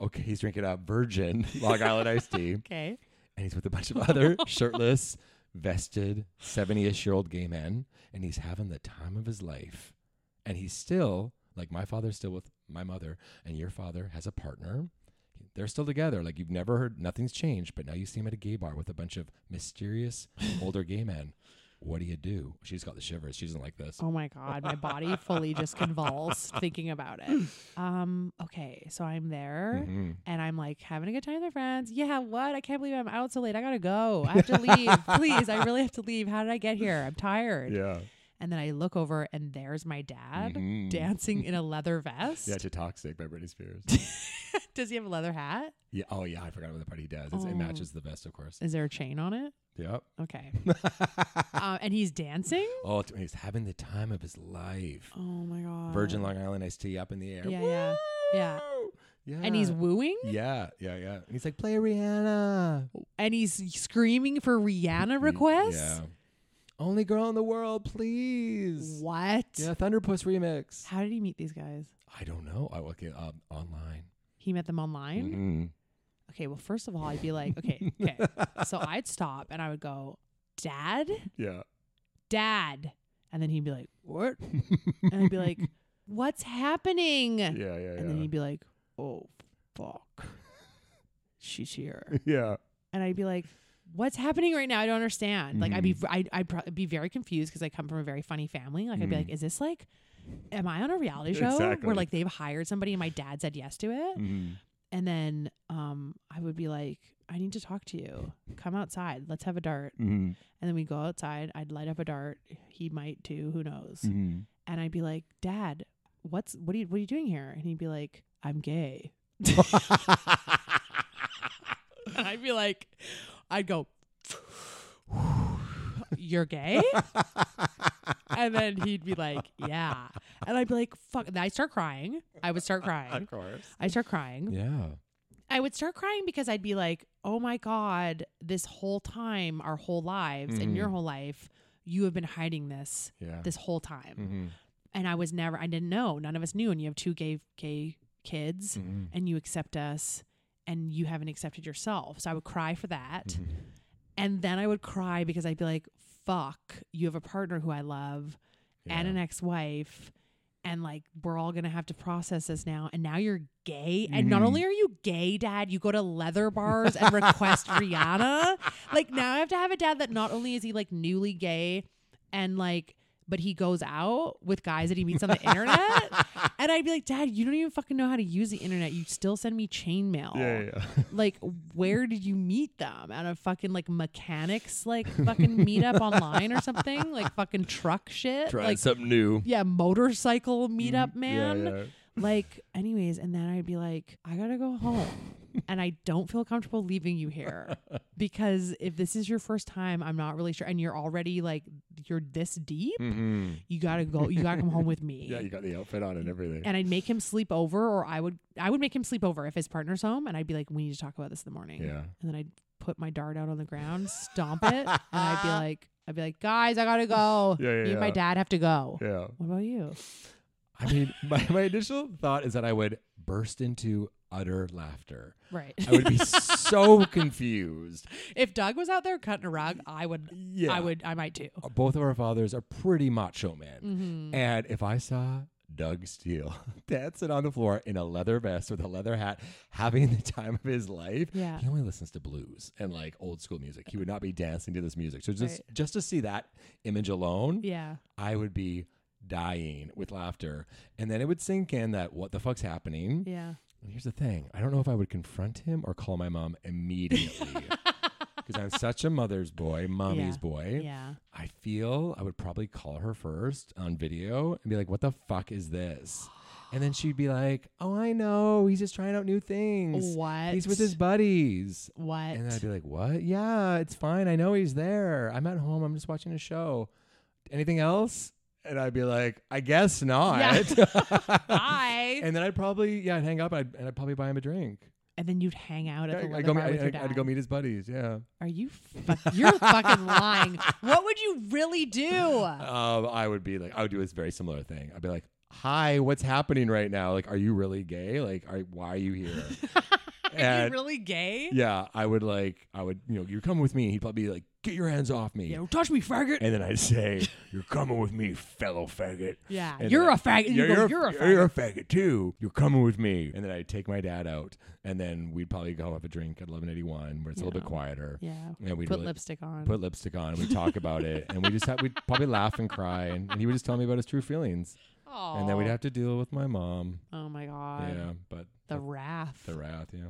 Okay, he's drinking a virgin Long Island iced tea, and Okay. he's with a bunch of other shirtless, vested, 70 ish year old gay men, and he's having the time of his life. And he's still, like my father's still with my mother, and your father has a partner. They're still together. Like you've never heard, nothing's changed, but now you see him at a gay bar with a bunch of mysterious older gay men. What do you do? She's got the shivers. She doesn't like this. Oh my god, my body fully just convulsed thinking about it. Um, okay, so I'm there Mhm. and I'm like having a good time with my friends. Yeah, what? I can't believe I'm out so late. I gotta go. I have to leave. Please, I really have to leave. How did I get here? I'm tired. Yeah. And then I look over and there's my dad Mhm. dancing in a leather vest. Yeah, to Toxic by Britney Spears. Does he have a leather hat? yeah. Oh, yeah. I forgot what the party he does. It's, It Oh. matches the vest, of course. Is there a chain on it? Yep. Okay. uh, and he's dancing? Oh, it's- he's having the time of his life. Oh my god. Virgin Long Island iced tea up in the air. Yeah, yeah. Yeah. Woo! Yeah. And he's wooing? Yeah, yeah, yeah. And he's like, play Rihanna. and he's screaming for Rihanna requests. Yeah. Only girl in the world, please. What? Yeah, Thunderpuss remix. How did he meet these guys? I don't know. I okay, um, online. He met them online. Mhm. Okay, well, first of all, I'd be like, okay, okay. so I'd stop and I would go, Dad, Yeah. Dad, and then he'd be like, What? and I'd be like, What's happening? Yeah, yeah, yeah. And then he'd be like, Oh fuck, she's here. yeah. and I'd be like, "What's happening right now? I don't understand." Like I'd be Mhm. Mm-hmm. I'd, I'd pro- be very confused because I come from a very funny family. Like I'd be Mhm. like, "Is this like, am I on a reality show Mm. Exactly. Mm. where like they've hired somebody and my dad said yes to it?" Mhm. And then um I would be like, "I need to talk to you. Come outside. Let's have a dart." Mhm. And then we'd go outside. I'd light up a dart. He might too. Who knows? Mhm. And I'd be like, "Dad, what's what are you what are you doing here?" And he'd be like, "I'm gay." and I'd be like, I'd go, "You're gay," and then he'd be like, "Yeah," and I'd be like, "Fuck!" And I start crying. I would start crying. course. I start crying, Yeah. I would start crying because I'd be like, "Oh my god, this whole time, our whole lives and your Mhm. whole life, you have been hiding this Yeah. this whole time." Mhm. And I was never I didn't know. None of us knew and you have two gay gay kids Mhm. and you accept us and you haven't accepted yourself. So I would cry for that. Mhm. And then I would cry because I'd be like, fuck, you have a partner who I love and Yeah. an ex wife. And like, we're all going to have to process this now. And now you're gay. And not Mm-hmm. Mhm. only are you gay, dad, you go to leather bars and request Rihanna. Like, now I have to have a dad that not only is he like newly gay and like, but he goes out with guys that he meets on the internet. And I'd be like, Dad, you don't even fucking know how to use the internet. You still send me chain mail Yeah, yeah, yeah. like where did you meet them at a fucking like mechanics like fucking meetup online or something like fucking truck shit Trying like something new. yeah motorcycle meetup Mm-hmm. man Mm, Yeah, yeah. like anyways and then i'd be like i gotta go home and i don't feel comfortable leaving you here because if this is your first time i'm not really sure and you're already like you're this deep Mhm. you gotta go you gotta come home with me Yeah, you got the outfit on and everything. and I'd make him sleep over, or I would I would make him sleep over if his partner's home, and I'd be like, "We need to talk about this in the morning." Yeah. and then I'd put my dart out on the ground, stomp it, and I'd be like, "I'd be like, guys, I gotta go. Yeah, yeah, Me and my yeah. dad have to go." yeah. What about you? I mean, my, my initial thought is that I would burst into utter laughter. Right. I would be so confused. if Doug was out there cutting a rug, I would. Yeah. I would. I might too. Both of our fathers are pretty macho men. Mhm. And if I saw Doug Steele dancing on the floor in a leather vest with a leather hat, having the time of his life, Yeah. he only listens to blues and like old school music. He would not be dancing to this music. So just just to see that image alone, Yeah. I would be dying with laughter. And then it would sink in that what the fuck's happening? Yeah. And here's the thing I don't know if I would confront him or call my mom immediately because I'm such a mother's boy, mommy's Yeah. boy. Yeah. I feel I would probably call her first on video and be like, what the fuck is this? And then she'd be like, oh, I know. He's just trying out new things. What? He's with his buddies. What? And I'd be like, what? Yeah, it's fine. I know he's there. I'm at home. I'm just watching a show. Anything else? And I'd be like, I guess not. Bye. And then I'd probably, yeah, I'd hang up and I'd, and I'd probably buy him a drink. and then you'd hang out at the I, I'd, leather go, bar meet- with your I'd, dad. I'd go meet his buddies. Yeah. Are you? Fuck, you're fucking lying. What would you really do? Um, I would be like, I would do this very similar thing. I'd be like, hi, what's happening right now? Like, are you really gay? Like, are, why are you here? Are you And- really gay? Yeah. I would like, I would, you know, you're coming with me. He'd probably be like, get your hands off me. Yeah, don't touch me, faggot. And then I'd say, you're coming with me, fellow faggot. yeah, And you're then- a faggot. You Yeah, go, you're, you're a you're- you're faggot. faggot too. You're coming with me. And then I'd take my dad out, and then we'd probably go have a drink at 1181 where it's a little bit Yeah. quieter. Yeah. And we'd Put really- lipstick on. Put lipstick on. and We'd talk about it, and we just have, we'd probably laugh and cry, and, and he would just tell me about his true feelings, and then we'd Aw. have to deal with my mom. Oh my god. yeah, but The the, wrath. wrath. Yeah.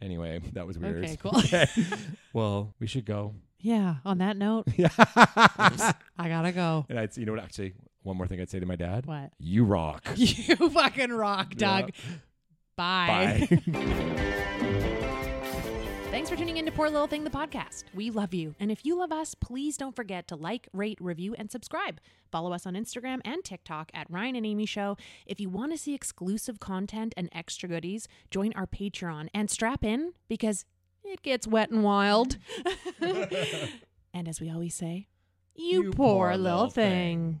Anyway, that was weird. Okay, cool. well, we should go. yeah. On that note, Yeah. I gotta go. and I'd you know what? Actually, one more thing I'd say to my dad. What? You rock. You fucking rock, Yeah. Doug. Bye. Bye. Thanks for tuning in to Poor Little Thing, the podcast. We love you. And if you love us, please don't forget to like, rate, review, and subscribe. Follow us on Instagram and TikTok at Ryan and Amy Show. If you want to see exclusive content and extra goodies, join our Patreon and strap in because it gets wet and wild. and as we always say, you, poor, little, thing.